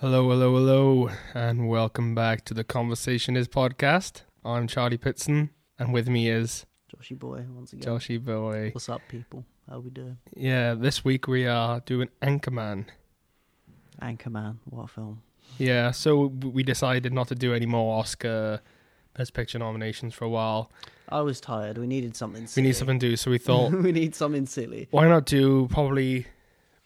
Hello, hello, hello, and welcome back to the Conversation Is podcast. I'm Charlie Pitson, and with me is Joshy boy, once again. Joshy Boy. What's up, people? How we doing? Yeah, this week we are doing Anchorman. Anchorman, what a film. Yeah, so we decided not to do any more Oscar Best Picture nominations for a while. I was tired. We needed something We silly. need something to do, so we thought, we need something silly. why not do probably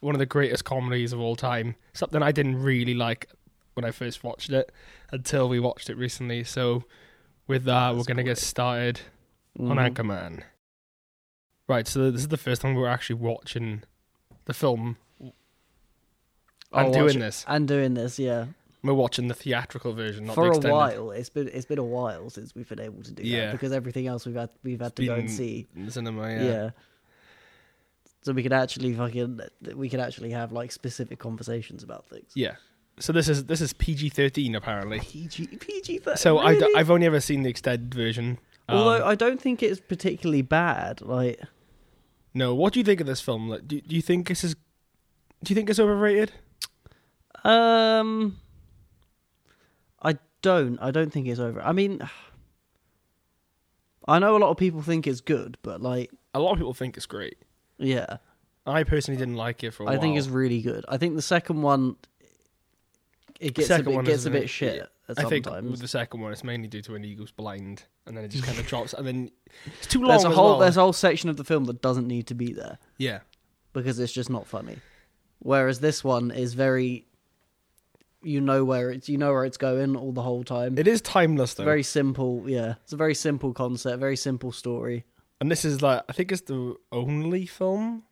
one of the greatest comedies of all time? Something I didn't really like when I first watched it until we watched it recently. So, with that, we're That's going to get great. started. on Mhm. Anchorman. Right, so this is the first time we're actually watching the film I'll and doing watch it. this. And doing this, yeah. We're watching the theatrical version, not For the a extended. while, it's been it's been a while since we've been able to do Yeah. that because everything else we've had we've had It's to go and been- see. in the cinema, Yeah. yeah. So we could actually fucking we could actually have like specific conversations about things. Yeah. So this is this is PG thirteen apparently. PG PG but So I Uh, really? d- I've only ever seen the extended version. Um, although I don't think it's particularly bad. Like no, what do you think of this film? Like, do do you think this is? Do you think it's overrated? Um, I don't. I don't think it's over. I mean, I know a lot of people think it's good, but like, A lot of people think it's great. yeah, I personally didn't like it for a I while. think it's really good. I think the second one, it gets Second a bit, one gets is a a bit bit- shit at I think sometimes. with the second one, it's mainly due to an eagle's blind, and then it just kind of drops, and then it's too long. there's a as whole well. there's a whole section of the film that doesn't need to be there Yeah. because it's just not funny. Whereas this one is very, you know where it's you know where it's going all the whole time. It is timeless though. very simple, yeah. It's a very simple concept, very simple story. and this is like I think it's the only film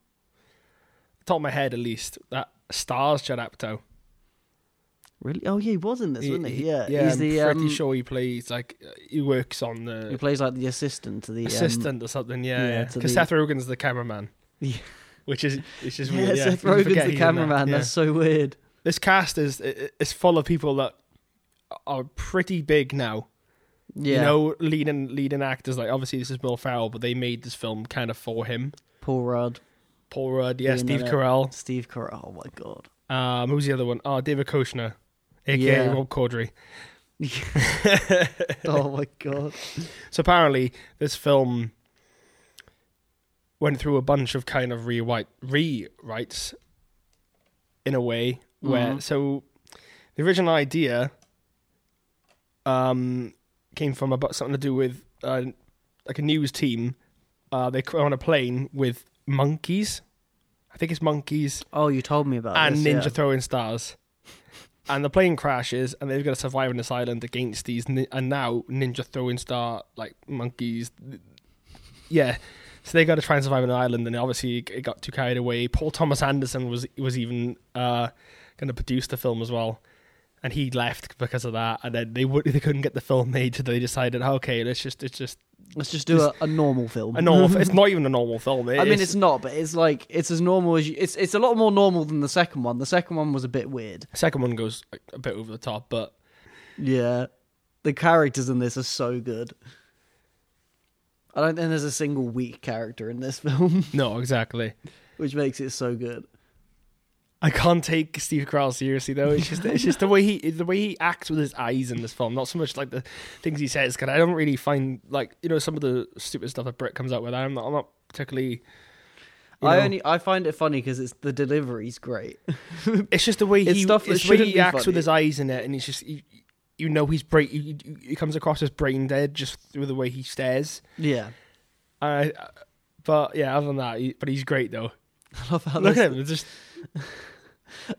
top of my head at least that stars Judd Apatow. Really? Oh yeah, he was in this, wasn't he? Yeah, Yeah, he's I'm the pretty um, sure he plays like he works on he the plays like the assistant to the um, assistant or something, yeah. yeah, yeah. to Cause the- Seth Rogen's the cameraman. Yeah. Which is it's just yeah, weird. Seth You forget Rogen's he's the in that, cameraman. yeah. That's so weird. This cast is i- i- it's full of people that are pretty big now. Yeah, You know, leading leading actors like obviously this is Will Ferrell, but they made this film kind of for him. Paul Rudd, Paul Rudd, yeah, Being Steve in it. Carell. Steve Carell. Oh my god. Um, who's the other one? Oh, David Kushner, aka Yeah. Rob Corddry. Oh my god. So apparently, this film went through a bunch of kind of rewrite rewrites in a way where Mhm. so the original idea um came from about something to do with uh, like a news team. Uh, they were on a plane with monkeys. I think it's monkeys. Oh, you told me about and this, ninja yeah. throwing stars. And the plane crashes, and they've got to survive on this island against these, nin- and now ninja throwing star like monkeys. Yeah, so they got to try and survive on an island, and obviously it got too carried away. Paul Thomas Anderson was was even uh, going to produce the film as well, and he left because of that. And then they would they couldn't get the film made, so they decided, "Oh, okay, let's just it's just Let's just do a, a normal film. a normal. f- it's not even a normal film. I mean, it's not, but it's like it's as normal as you, it's. It's a lot more normal than the second one. The second one was a bit weird. second one goes like, a bit over the top, but Yeah. The characters in this are so good. I don't think there's a single weak character in this film, no, exactly. which makes it so good. I can't take Steve Carell seriously though. It's just it's just the way he the way he acts with his eyes in this film. Not so much like the things he says. Cause I don't really find like you know some of the stupid stuff that Brett comes out with. I'm not I'm not particularly. you I know, only I find it funny because it's the delivery's great. it's just the way it's he stuff that it's the way shouldn't he be acts with funny. his eyes in it, and it's just you, you know he's brain he, he- he comes across as brain dead just through the way he stares. Yeah, I, but yeah, other than that, he, but he's great though. I love how Look that's, at him, just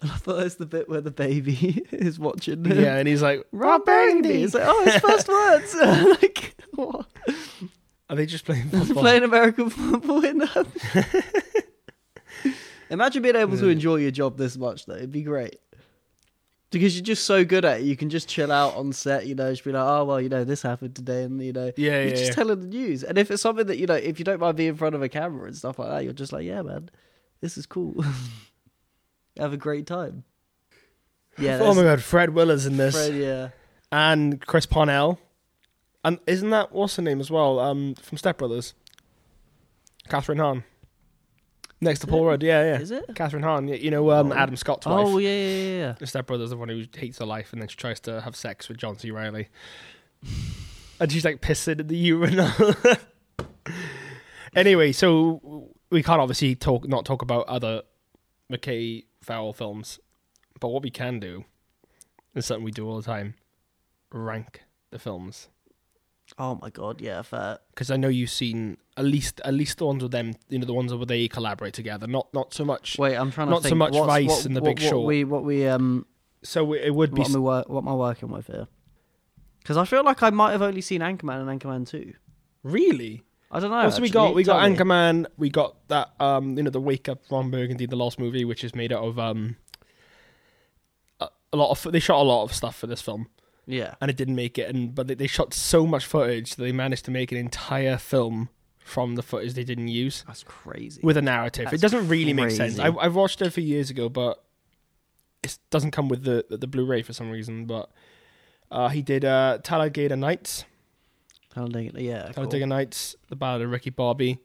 I love how that's the bit where the baby is watching. him. yeah, and he's like Rob Baby. It's like oh, his first words. like what? Are they just playing They're football? playing American football in that. Imagine being able to Yeah. enjoy your job this much, though. It'd be great. Because you're just so good at it. You can just chill out on set, you know, just be like, oh, well, you know, this happened today. And, you know, Yeah, you're yeah, just yeah. telling the news. And if it's something that, you know, if you don't mind being in front of a camera and stuff like that, you're just like, yeah, man, this is cool. Have a great time. Yeah. oh my that's god, Fred Willis in this. Fred, yeah. and Chris Parnell. And isn't that what's her name as well? Um, from Step Brothers, Catherine Hahn. next to Paul Rudd. Yeah, yeah. Is it? Catherine Hahn. Yeah, you know um, Oh. Adam Scott's wife. Oh yeah, yeah, yeah, yeah. The stepbrother's the one who hates her life and then she tries to have sex with John C. Riley. and she's like pissing in the urinal. anyway, so we can't obviously talk not talk about other McKay Farrell films. But what we can do is something we do all the time. Rank the films. Oh my god, yeah, fair. Because I know you've seen at least at least the ones with them, you know, the ones where they collaborate together. Not not so much. Wait, I'm trying to Not so think. much What's- Vice what, and The what, Big what Short. We, what we um, So it would be what am I, wor- what am I working with here? Because I feel like I might have only seen Anchorman and Anchorman Two. really. I don't know. Oh, so we actually. got we got Tell me. Anchorman, we got that um you know the Wake Up Ron Burgundy the last movie, which is made out of um a, a lot of they shot a lot of stuff for this film Yeah. and it didn't make it, and but they, they shot so much footage that they managed to make an entire film from the footage they didn't use That's crazy. with a narrative. it That's doesn't really make sense. crazy. I I watched it a few years ago, but it doesn't come with the the, the Blu-ray for some reason. But uh, he did uh, Talladega Nights. Talladega, yeah. Cool. Talladega Nights, The Ballad of Ricky Bobby,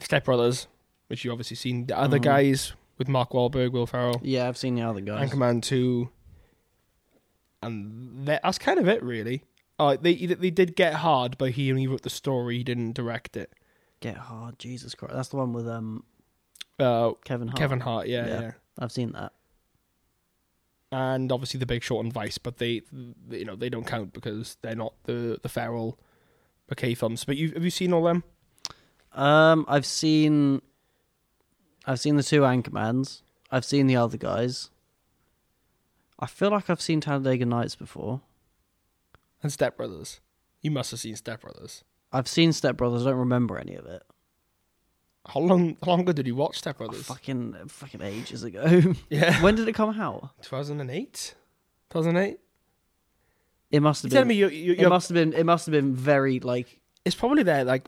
Step Brothers, which you obviously seen. The other Mhm. guys with Mark Wahlberg, Will Ferrell, Yeah, I've seen the other guys. Anchorman Two, and that, that's kind of it, really. Uh, they they did get hard, but he only wrote the story. He didn't direct it. Get hard, Jesus Christ. That's the one with um Uh, Kevin Hart. Kevin Hart, yeah, yeah, Yeah. I've seen that. and obviously The Big Short and Vice, but they, they- you know, they don't count because they're not the the Ferrell, McKay films. But you have you seen all them? Um, I've seen, I've seen the two Anchormans. I've seen the other guys. I feel like I've seen Talladega Nights before. And Step Brothers. You must have seen Step Brothers. I've seen Step Brothers. I don't remember any of it. How long how long ago did you watch Step Brothers? Fucking, fucking ages ago. Yeah. when did it come out? 2008? 2008? It must You have telling been. me you, you, it you must have been. It must have been very like. it's probably their like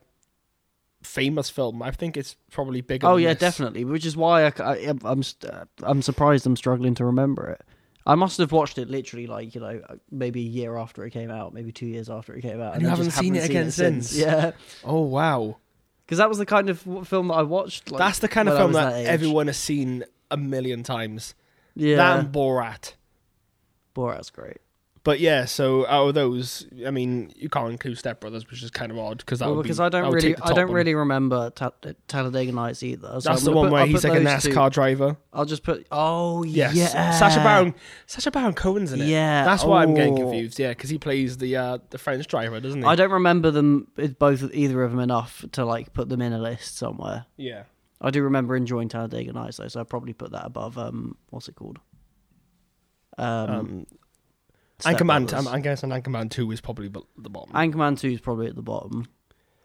famous film. I think it's probably bigger. Oh than yeah, this. definitely. Which is why I, am I'm st- uh, I'm surprised I'm struggling to remember it. I must have watched it literally like you know maybe a year after it came out, maybe two years after it came out, And you I haven't just seen it again since? Yeah, Oh wow, because that was the kind of w- film that I watched. Like, that's the kind of when I film was that, age. everyone has seen a million times. Yeah, That and Borat. Borat's great. But yeah, so out of those, I mean, you can't include Step Brothers, which is kind of odd because that Well, would because be, I don't would really, take the I top don't one. really remember Ta- Talladega Nights either. So That's the I'm gonna one put, where I'll he's put like a those two- NASCAR driver. I'll just put. Oh Yes, yeah, Sacha Baron, Sacha Baron Cohen's in it. Yeah, that's why I'm getting oh. confused. Yeah, because he plays the uh, the French driver, doesn't he? I don't remember them both either of them enough to like put them in a list somewhere. yeah. I do remember enjoying Talladega Nights though, so I probably put that above um what's it called? Um, Um, Step Anchorman, Brothers. I'm, I'm guessing Anchorman 2 is probably bel- the bottom. I, Anchorman Two is probably at the bottom.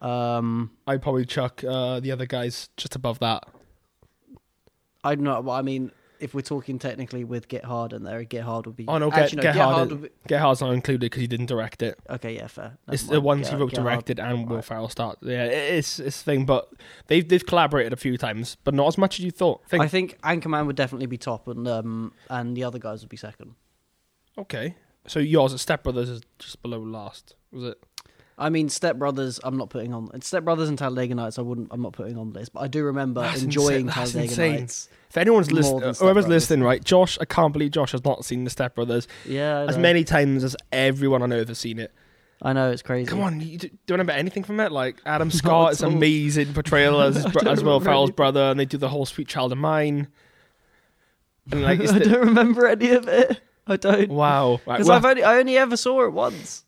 Um, would probably chuck uh, the other guys just above that. I don't know. well, I mean, if we're talking technically with Get Hard in there, Get Hard would be. Oh, no, Get, actually, Get, Hard, would be, Get Hard's not included because he didn't direct it. okay, yeah, fair. Never It's the mind, ones Get- he wrote, Get Hard. directed, and Will Right. Ferrell starred. Yeah, it- it's it's a thing, but they've they've collaborated a few times, but not as much as you thought. Think, I think Anchorman would definitely be top, and um, and the other guys would be second. okay, so yours at Step Brothers is just below last, was it? I mean, Step Brothers, I'm not putting on. Step Brothers and Talladega Nights, I wouldn't. I'm not putting on list, but I do remember That's insane- enjoying that's Talladega insane. Nights. If anyone's More listening, than whoever's Step Brothers. listening, right? Josh, I can't believe Josh has not seen the Step Brothers Yeah, I as know. many times as everyone on earth has seen it. I know it's crazy. Come on, you, do you remember anything from it? Like Adam at Scott's all. amazing portrayal as his I bro- don't as Will remember Ferrell's any- brother, and they do the whole "Sweet Child of Mine," and like it's I the, don't remember any of it. I don't wow, right, because well, I've only I only ever saw it once,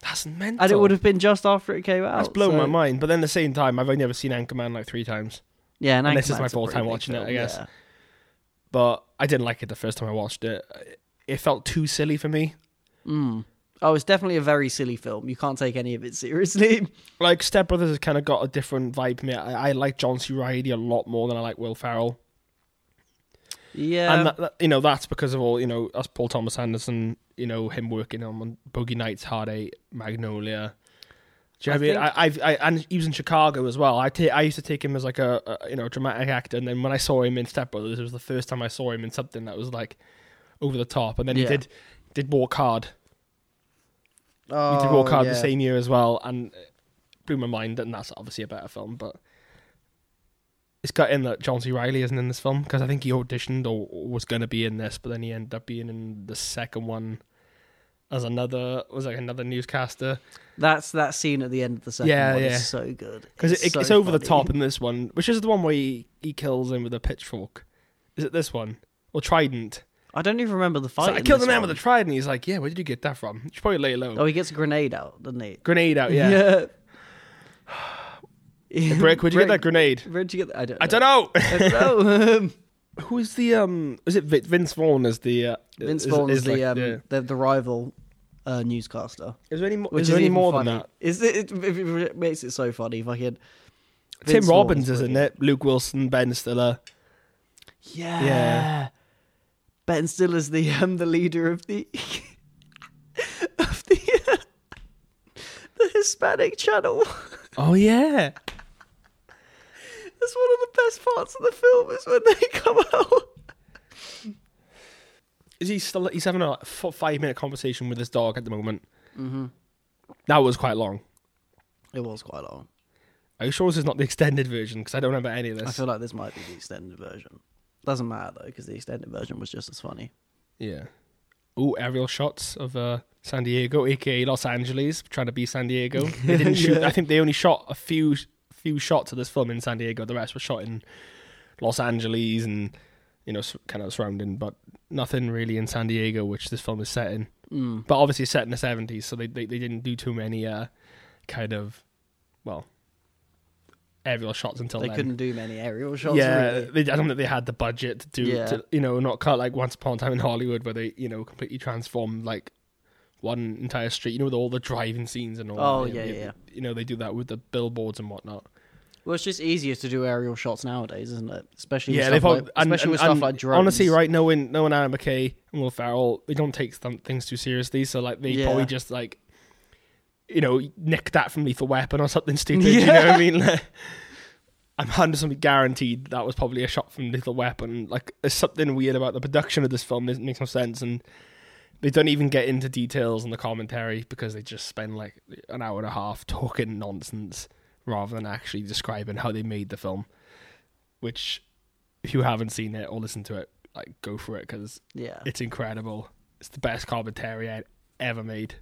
that's mental. and it would have been just after it came out. that's blown so- my mind. But then at the same time, I've only ever seen Anchorman like three times, Yeah, and, And this is my Anchorman's a fourth pretty time big watching it, I film, guess. yeah. but I didn't like it the first time I watched it. It felt too silly for me. Mm. Oh, it's definitely a very silly film. You can't take any of it seriously. Like Step Brothers has kind of got a different vibe. to Me, I, I like John C. Reilly a lot more than I like Will Ferrell. yeah, and that, that- you know that's because of all you know that's Paul Thomas Anderson. You know him working on Boogie Nights, Hard Eight, Magnolia. Do you know I what I mean? I, I've, I and he was in Chicago as well. I ta- I used to take him as like a, a you know dramatic actor, and then when I saw him in Step Brothers, it was the first time I saw him in something that was like over the top. And then he Yeah. did did Walk Hard. He oh, did Walk Hard yeah. the same year as well, and it blew my mind. And that's obviously a better film, but it's got in that John C. Riley isn't in this film because I think he auditioned or, or was going to be in this, but then he ended up being in the second one as another was like another newscaster That's that scene at the end of the second Yeah, one yeah. is so good. because it's, it, so it's over the funny. top in this one, which is the one where he, he kills him with a pitchfork. Is it this one or trident? I don't even remember the So fight. I in killed the this man one. with a trident. He's like, yeah, where did you get that from? You should probably lay low. Oh, he gets a grenade out, doesn't he? Grenade out, Oh, yeah. yeah. Brick, where'd you get that Brick, grenade? Where'd you get that? I don't. I don't know. know. Um, Who is the um? Is it Vin- Vince Vaughn as the uh, Vince is- Vaughn is, is like the, um, the- the the rival uh, newscaster. Is there any more? Which Is there any even more funny. than that? Is it, it, it, it makes it so funny? Fucking Tim Vince Vaughn's Robbins is in brilliant. it. Luke Wilson, Ben Stiller. Yeah. Yeah. Ben Stiller's the um the leader of the of the uh, the Hispanic channel. Oh yeah. That's one of the best parts of the film is when they come out. Is he still? He's having a like, f- five minute conversation with his dog at the moment. Mm-hmm. That was quite long. It was quite long. Are you sure this is not the extended version? Because I don't remember any of I this. feel like this might be the extended version. Doesn't matter though, because the extended version was just as funny. yeah. Ooh, aerial shots of uh, San Diego, aka Los Angeles, trying to be San Diego. They didn't shoot. I think they only shot a few few shots of this film in San Diego. The rest were shot in Los Angeles and you know s- kind of surrounding, but nothing really in San Diego, which this film is set in. Mm. But obviously it's set in the seventies, so they, they they didn't do too many uh, kind of well aerial shots until They then. couldn't do many aerial shots. yeah, really. they, I don't think they had the budget to do, Yeah. to, you know, not cut like Once Upon a Time in Hollywood, where they, you know, completely transformed like one entire street, you know, with all the driving scenes and all. Oh, that. yeah, you, yeah. You know, they do that with the billboards and whatnot. Well, it's just easier to do aerial shots nowadays, isn't it? Especially yeah, with they've stuff all- like, and- especially with and- stuff and like drones. Honestly, right, knowing knowing Aaron McKay and Will Ferrell, they don't take some things too seriously, so like they Yeah. probably just like. You know, nick that from Lethal Weapon or something stupid. You know Yeah. what I mean? Like, I'm hundred percent guaranteed that was probably a shot from Lethal Weapon. Like, there's something weird about the production of this film. It makes no sense, and they don't even get into details in the commentary because they just spend like an hour and a half talking nonsense rather than actually describing how they made the film. Which, if you haven't seen it or listened to it, like go for it because Yeah. it's incredible. It's the best commentary I'd ever made.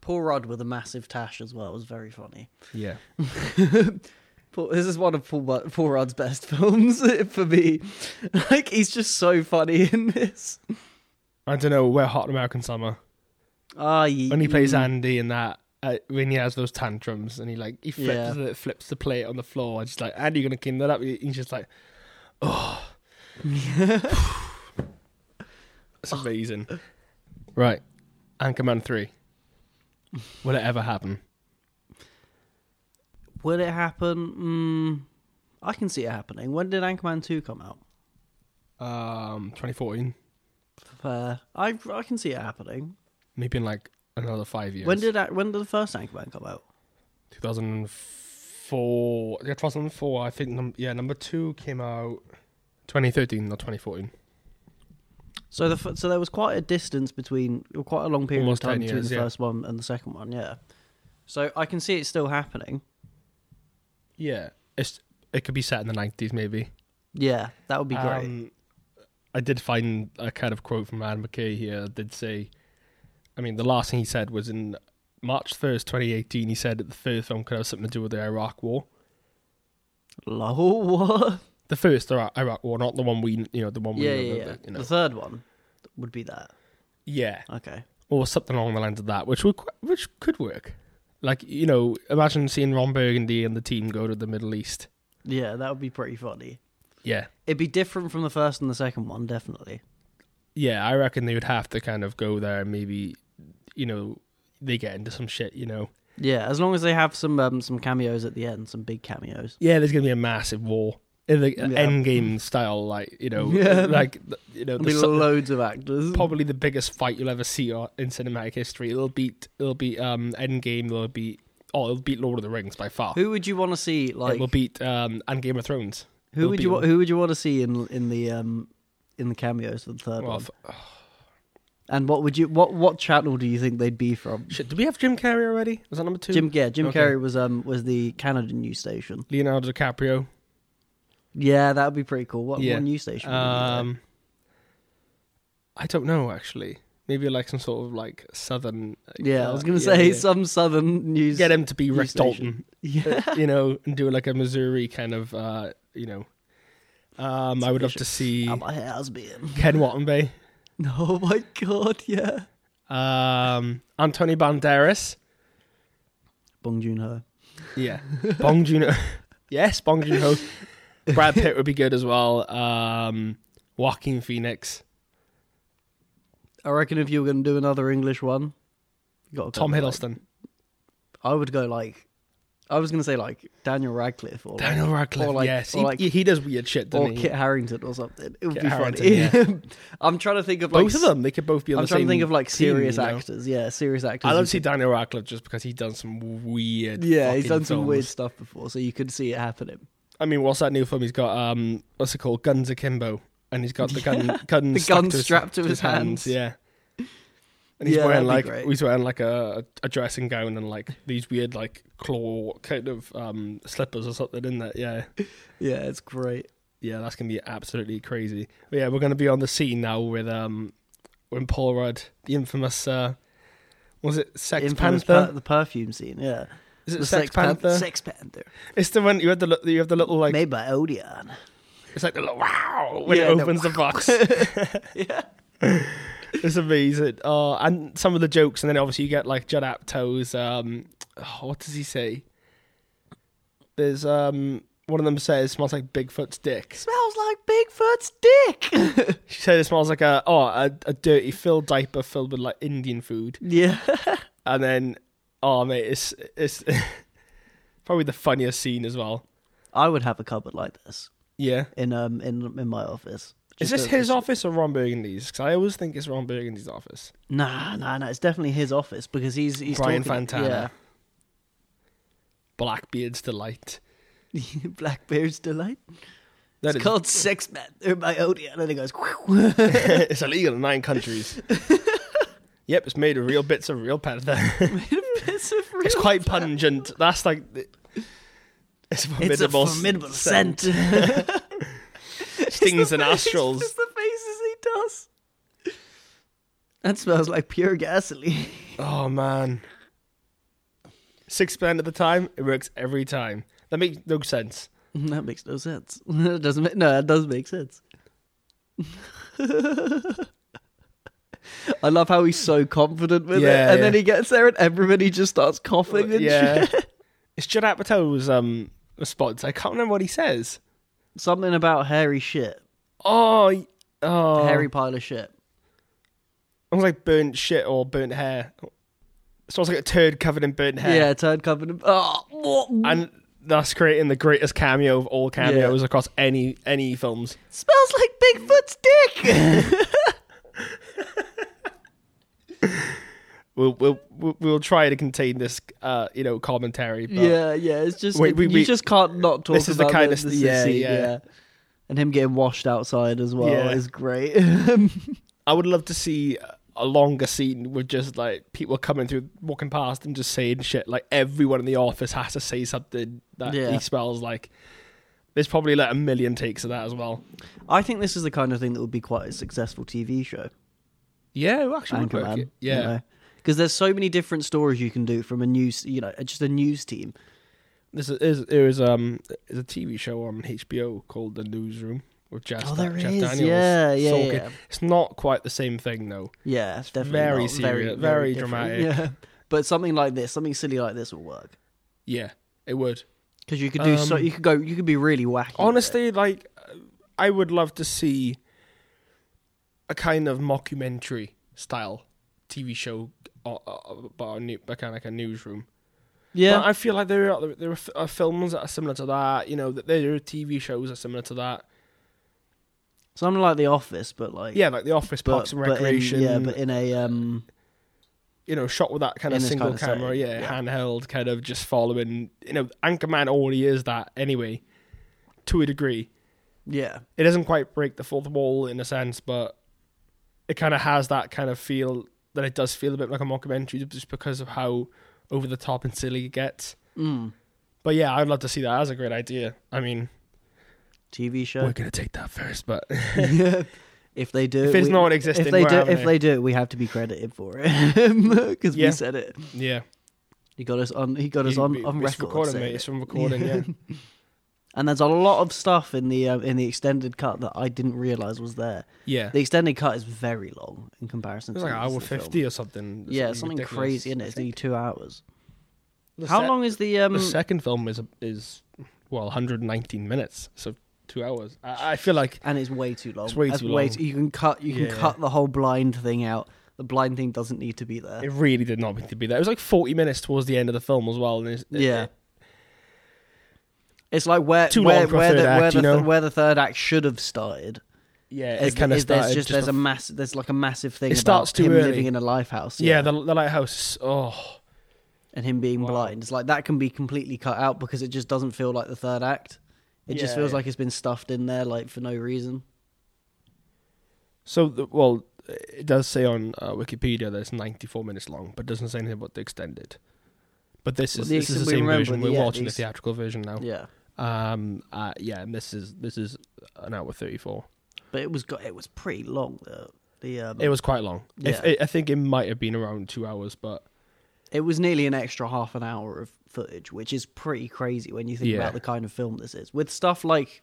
Paul Rudd with a massive tash as well was very funny. Yeah, Paul, this is one of Paul, Ru- Paul Rudd's best films for me. Like he's just so funny in this. I don't know. We're hot American summer. Ah, ye- when he plays Andy in that uh, when he has those tantrums and he like he flips Yeah. the, flips the plate on the floor. I just like Andy, you're gonna clean that up. He- He's just like, oh, it's amazing. Right, Anchorman three. Will it ever happen? will it happen? Mm, I can see it happening. When did Anchorman two come out? Um, 2014, Fair. I I can see it happening. maybe in like another five years. When did that, when did the first Anchorman come out? 2004? Yeah, 2004. I think num- yeah, number two came out 2013, not 2014. So the f- so there was quite a distance between or quite a long period Almost of time 10 between years, the yeah. first one and the second one. Yeah. So I can see it still happening. Yeah, it's it could be set in the 90s maybe. Yeah, that would be great. Um, I did find a kind of quote from Adam McKay here that did say, I mean, the last thing he said was in March 1st, 2018, he said that the third film could have something to do with the Iraq War. Lol, what? The first Ira- Iraq War, not the one we, you know, the one we, Yeah, know, yeah, the- yeah. the- you know. The third one would be that. yeah, Okay. or something along the lines of that, which would, qu- which could work. Like, you know, imagine seeing Ron Burgundy and the team go to the Middle East. Yeah, that would be pretty funny. Yeah. It'd be different from the first and the second one, definitely. Yeah, I reckon they would have to kind of go there and maybe, you know, they get into some shit, you know. Yeah, as long as they have some um, some cameos at the end, some big cameos. yeah, there's gonna be a massive war, in the Yeah. end game style, like you know, Yeah. like you know, There'll the, be so- loads of actors. probably the biggest fight you'll ever see uh, in cinematic history. It'll beat, it'll beat um, Endgame. It'll beat, oh, it'll beat Lord of the Rings by far. Who would you want to see? Like it will beat um, and Game of Thrones. who it'll would be you wa- all- who would you want to see in in the um in the cameos for the third Well, one? f- And what would you what what channel do you think they'd be from? shit, did we have Jim Carrey already? Was that number two? Jim yeah, Jim Okay. Carrey was um was the Canada news station. Leonardo DiCaprio. Yeah, that would be pretty cool. What, Yeah. what news station? would we do that? Um, I don't know actually. Maybe like some sort of like southern. yeah, I uh, was gonna say yeah. some southern news. Get him to be Rick news station. Dalton, Yeah. you know, and do like a Missouri kind of, uh, you know. Um, I would love to see How my hair's been. Ken Wattenby, Oh my god, yeah. um, Anthony Banderas, Bong Joon Ho. yeah, Bong Joon, yes, Bong Joon Ho, Brad Pitt would be good as well. Um, Joaquin Phoenix, I reckon if you were gonna do another English one, you got Tom like, Hiddleston, I would go like, I was gonna say like Daniel Radcliffe or like, Daniel Radcliffe, or like- yes, or he, like- he does weird shit, or doesn't he? Kit Harrington or something. It would Kit be Harington, funny. I'm trying to think of like, Both of them, they could both be on I'm the trying same. to think of like team, serious you know? actors. Yeah, serious actors. I who love to see could- Daniel Radcliffe just because he's done some weird. Yeah, he's fucking done some weird films. stuff before, so you could see it happening. I mean, what's that new film? He's got um, what's it called? Guns Akimbo, and he's got the gun, gun, The stuck gun strapped to his hands. Yeah, and he's Yeah, wearing that'd be like great. he's wearing like a, a dressing gown and like these weird like claw kind of um slippers or something in that. Yeah, Yeah, it's great. yeah, that's gonna be absolutely crazy. But yeah, we're gonna be on the scene now with um, when Paul Rudd, the infamous. uh was it Sex Infamous Panther? per- the perfume scene. Yeah, Is it the Sex, Panther? Sex Panther. It's the one you had the li- you have the little like made by Odeon. it's like the little wow when Yeah, it the opens the box. yeah, it's amazing. Oh, and some of the jokes, and then obviously you get like Judd Aptow's. Um, oh, what does he say? There's um one of them says smells like Bigfoot's dick. smells like Bigfoot's dick. She said it smells like a oh a, a dirty filled diaper filled with like Indian food, yeah, and then oh mate, it's it's probably the funniest scene as well. I would have a cupboard like this Yeah. in um in in my office. Is Just this a- his office or Ron Burgundy's? Because I always think it's Ron Burgundy's office. Nah, nah, nah. It's definitely his office because he's he's Brian talking, Fantana. Blackbeard's delight. Yeah. Blackbeard's delight. That it's is- called Sex Panther by Odeon, and it goes. it's illegal in nine countries. yep, it's made of real bits of real panther. it's a it's real- quite pungent. That's like the- it's a It's a formidable, formidable s- scent. Stings the and fa- nostrils. It's the faces he does. That smells like pure gasoline. Oh man, six percent of the time it works every time. That makes no sense. that makes no sense. That doesn't. Make, no, that does make sense. I love how he's so confident with Yeah, it, and yeah. then he gets there, and everybody just starts coughing and yeah, shit. it's Judd Apatow's um response. I can't remember what he says. Something about hairy shit, Oh, y- oh, hairy pile of shit. almost like burnt shit or burnt hair. So it's like a turd covered in burnt hair. Yeah, turd covered. In, oh, what? and that's creating the greatest cameo of all cameos across any any films. smells like Bigfoot's dick. Oh. We'll we'll we'll we'll try to contain this, uh, you know, commentary. But yeah, yeah. It's just Wait, it- we- you we- just can't not talk. This is the about kind of the st- yeah, sissy, yeah. And him getting washed outside as well Yeah. is great. I would love to see a longer scene with just like people coming through, walking past, and just saying shit. Like everyone in the office has to say something that Yeah. he smells like. There's probably like a million takes of that as well. I think this is the kind of thing that would be quite a successful TV show. Yeah, it actually, would work. Anchorman. Yeah, Because there's so many different stories you can do from a news, you know, just a news team. this is there is um there's a TV show on HBO called The Newsroom with Jeff, Oh, there Jeff is. Daniels. Yeah, yeah, Sorkin. yeah. It's not quite the same thing though. Yeah, it's definitely very not. serious, very, very different. dramatic. Yeah, but something like this, something silly like this will work Yeah, it would. because you could do so. Um, You could go. You could be really wacky. with it. Honestly, like I would love to see a kind of mockumentary style TV show or, or, about a, new, like, kind of like a newsroom. yeah, But I feel like there are there are, f- are films that are similar to that. You know, that there are TV shows that are similar to that. something like The Office, but like Yeah, like The Office, but, Parks and but in- Recreation. yeah, but in a um, you know, shot with that kind In of this single kind of camera, setting, yeah, yeah. handheld, kind of just following. You know, Anchorman already is that anyway, to a degree. yeah, It doesn't quite break the fourth wall in a sense, but it kind of has that kind of feel that it does feel a bit like a mockumentary just because of how over the top and silly it gets. mm. But yeah, I'd love to see that. That's a great idea. I mean, TV We're show. gonna take that first, but if they do, If it, it's we- not existing, if they we're do, having if it. they do, it, we have to be credited for it because Yeah. we said it. yeah, He got us on. He got us You- on we- on it's record. recording, saying mate. it. It's from recording. Yeah, And there's a lot of stuff in the um, in the extended cut that I didn't realize was there. yeah. The extended cut is very long in comparison. It was to like an the rest hour of the film. fifty or something. Yeah, something ridiculous. crazy in it. It's nearly two hours. The How sec- long is the um? the second film is is well, 119 minutes, so two hours. I, I feel like and it's way too long. It's way That's too long. too- you can cut. You Yeah. can cut the whole blind thing out. The blind thing doesn't need to be there. it really did not need to be there. It was like 40 minutes towards the end of the film as well. And it's, it- yeah. it- It's like where Too where long for a where, third the, act, where, the you know? th- where the third act should have started. yeah, Is- it kind of is there's started. just, there's a massive there's like a massive thing. It starts about too him early. living in a lifehouse. yeah, the, the lighthouse. Oh, and him being Wow. blind. It's like that can be completely cut out because it just doesn't feel like the third act. It just Yeah, feels yeah. like it's been stuffed in there like for no reason. so the, well, it does say on uh, Wikipedia that it's 94 minutes long, but doesn't say anything about the extended. But this Well, is the this is the extended- we same remember version. the- We're yeah, watching the these- theatrical version now. Yeah, Um. Uh, yeah. And this is this is an hour 34. but it was got it was pretty long. The the um, It was quite long. If, Yeah. I think it might have been around two hours, but it was nearly an extra half an hour of footage, which is pretty crazy when you think Yeah. about the kind of film this is. With stuff like,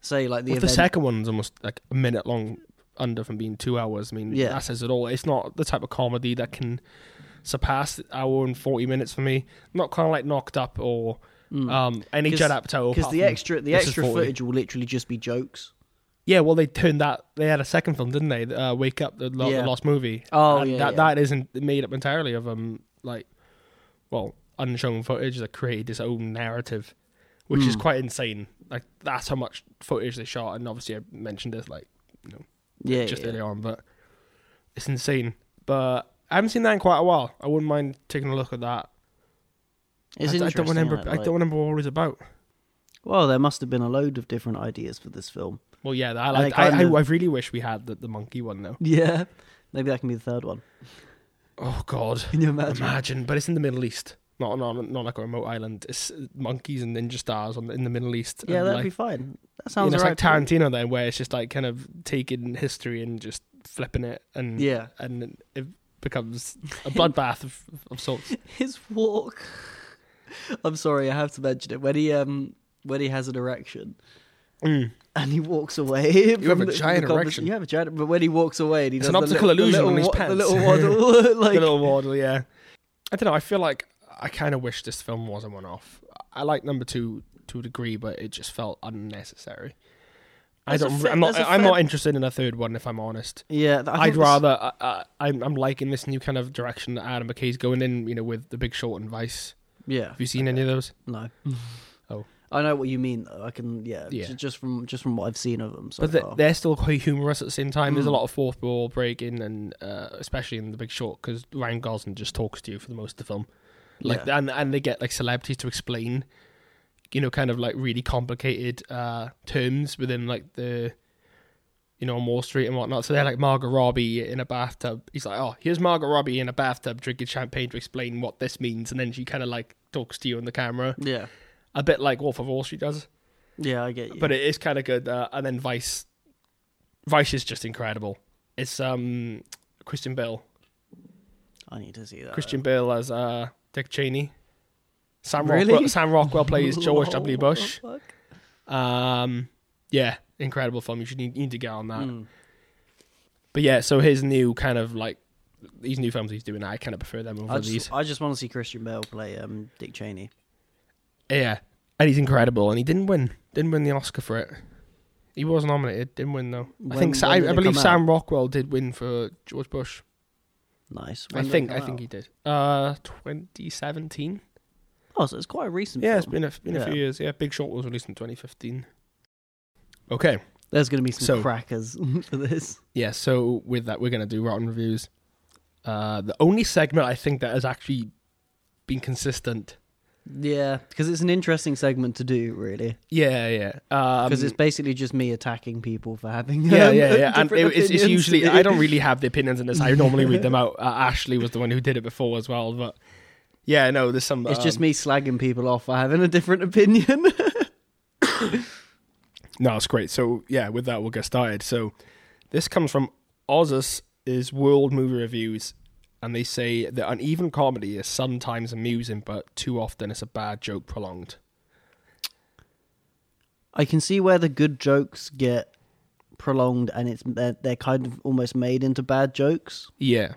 say, like the Well, the event- second one's almost like a minute long under from being two hours. I mean, Yeah. that says it all. It's not the type of comedy that can surpass the hour and 40 minutes for me. Not kind of like Knocked Up or um, any Hmm. 'Cause- Judd Apatow. because apart the from extra the this is extra 40. footage will literally just be jokes. Yeah, well, they turned that. They had a second film, didn't they? Uh, Wake Up, the, lo- Yeah. the last movie. Oh, And yeah, That, yeah. that isn't made up entirely of, um, like, well, unshown footage that created its own narrative, which Hmm. is quite insane. Like, that's how much footage they shot. And obviously, I mentioned this, like, you know, Yeah, just yeah. earlier on, but it's insane. But I haven't seen that in quite a while. I wouldn't mind taking a look at that. It's I, I interesting, don't remember. that, I like- don't remember what it was about. Well, there must have been a load of different ideas for this film. Well, yeah, I And like. it I, I, kind of- I really wish we had the, the monkey one though. Yeah, maybe that can be the third one. Oh God, Can you imagine? imagine! But it's in the Middle East, not not not like a remote island. It's uh, monkeys and ninja stars on, in the Middle East. Yeah, and, that'd like, be fine. That you know, sounds it's like alright to me. Tarantino then, where it's just like kind of taking history and just flipping it, and Yeah, and it becomes a bloodbath of, of sorts. his walk. I'm sorry, I have to mention it when he um when he has an erection Mm. and he walks away. You have a giant erection. You have a giant, but when he walks away, and he It's does an the optical little- illusion the on his little, wa- pants. The little waddle, like the little waddle, yeah. I don't know. I feel like I kind of wish this film was a one-off. I like number two to a degree, but it just felt unnecessary. I That's a don't. fair- I'm not. that's a I'm fair- not interested in a third one. If I'm honest, yeah. th- I I think would this- rather. I, I, I'm, I'm liking this new kind of direction that Adam McKay's going in. You know, with the Big Short and Vice. Yeah, Have you seen any of those? no. Oh. I know what you mean. though. I can yeah, Yeah. ju- just from just from what I've seen of them so but they- far. they're still quite humorous at the same time. There's a Mm. lot of fourth wall breaking, and uh, especially in The Big Short, because Ryan Gosling just talks to you for the most of the film. Like, Yeah. and and they get like celebrities to explain, you know, kind of like really complicated uh, terms within like the, you know, on Wall Street and whatnot. So they're like Margot Robbie in a bathtub. He's like, oh, here's Margot Robbie in a bathtub drinking champagne to explain what this means, and then she kind of like talks to you on the camera, Yeah, a bit like Wolf of Wall Street does yeah, I get you. but it is kind of good. Uh, and then Vice, Vice is just incredible. It's um Christian Bale, I need to see that. Christian Bale as uh Dick Cheney. Sam Really? Rockwell, Sam Rockwell plays George W. Lol, what the Bush. fuck? Um, yeah, incredible film. You should need, you need to get on that. Mm. But yeah, so his new kind of like these new films he's doing, I kind of prefer them over I these. just, I just want to see Christian Bale play um, Dick Cheney. Yeah, and he's incredible, and he didn't win, didn't win the Oscar for it. He was nominated, didn't win though. I When- think Sa- when did I, I it believe come out? Sam Rockwell did win for George Bush. Nice. I When did it think come I think out? he did. Uh, 2017. Oh, so it's quite a recent. Yeah, film. it's been a, been a Yeah. few years. Yeah, Big Short was released in 2015. Okay, There's going to be some So- crackers for this. yeah. So with that, we're gonna do rotten reviews. Uh, the only segment I think that has actually been consistent. Yeah, because it's an interesting segment to do, really, Yeah, yeah. because Because it's basically just me attacking people for having. yeah, um, yeah, yeah. And different it- it's, it's opinions. usually I don't really have the opinions in this. I normally read them out. Uh, Ashley was the one who did it before as well, but yeah, no, there's some. It's just um, me slagging people off for having a different opinion. No, it's great. So yeah, with that we'll get started. So this comes from Ozus is World Movie Reviews, and they say that uneven comedy is sometimes amusing, but too often it's a bad joke prolonged. I can see where the good jokes get prolonged and it's they're, they're kind of almost made into bad jokes. Yeah,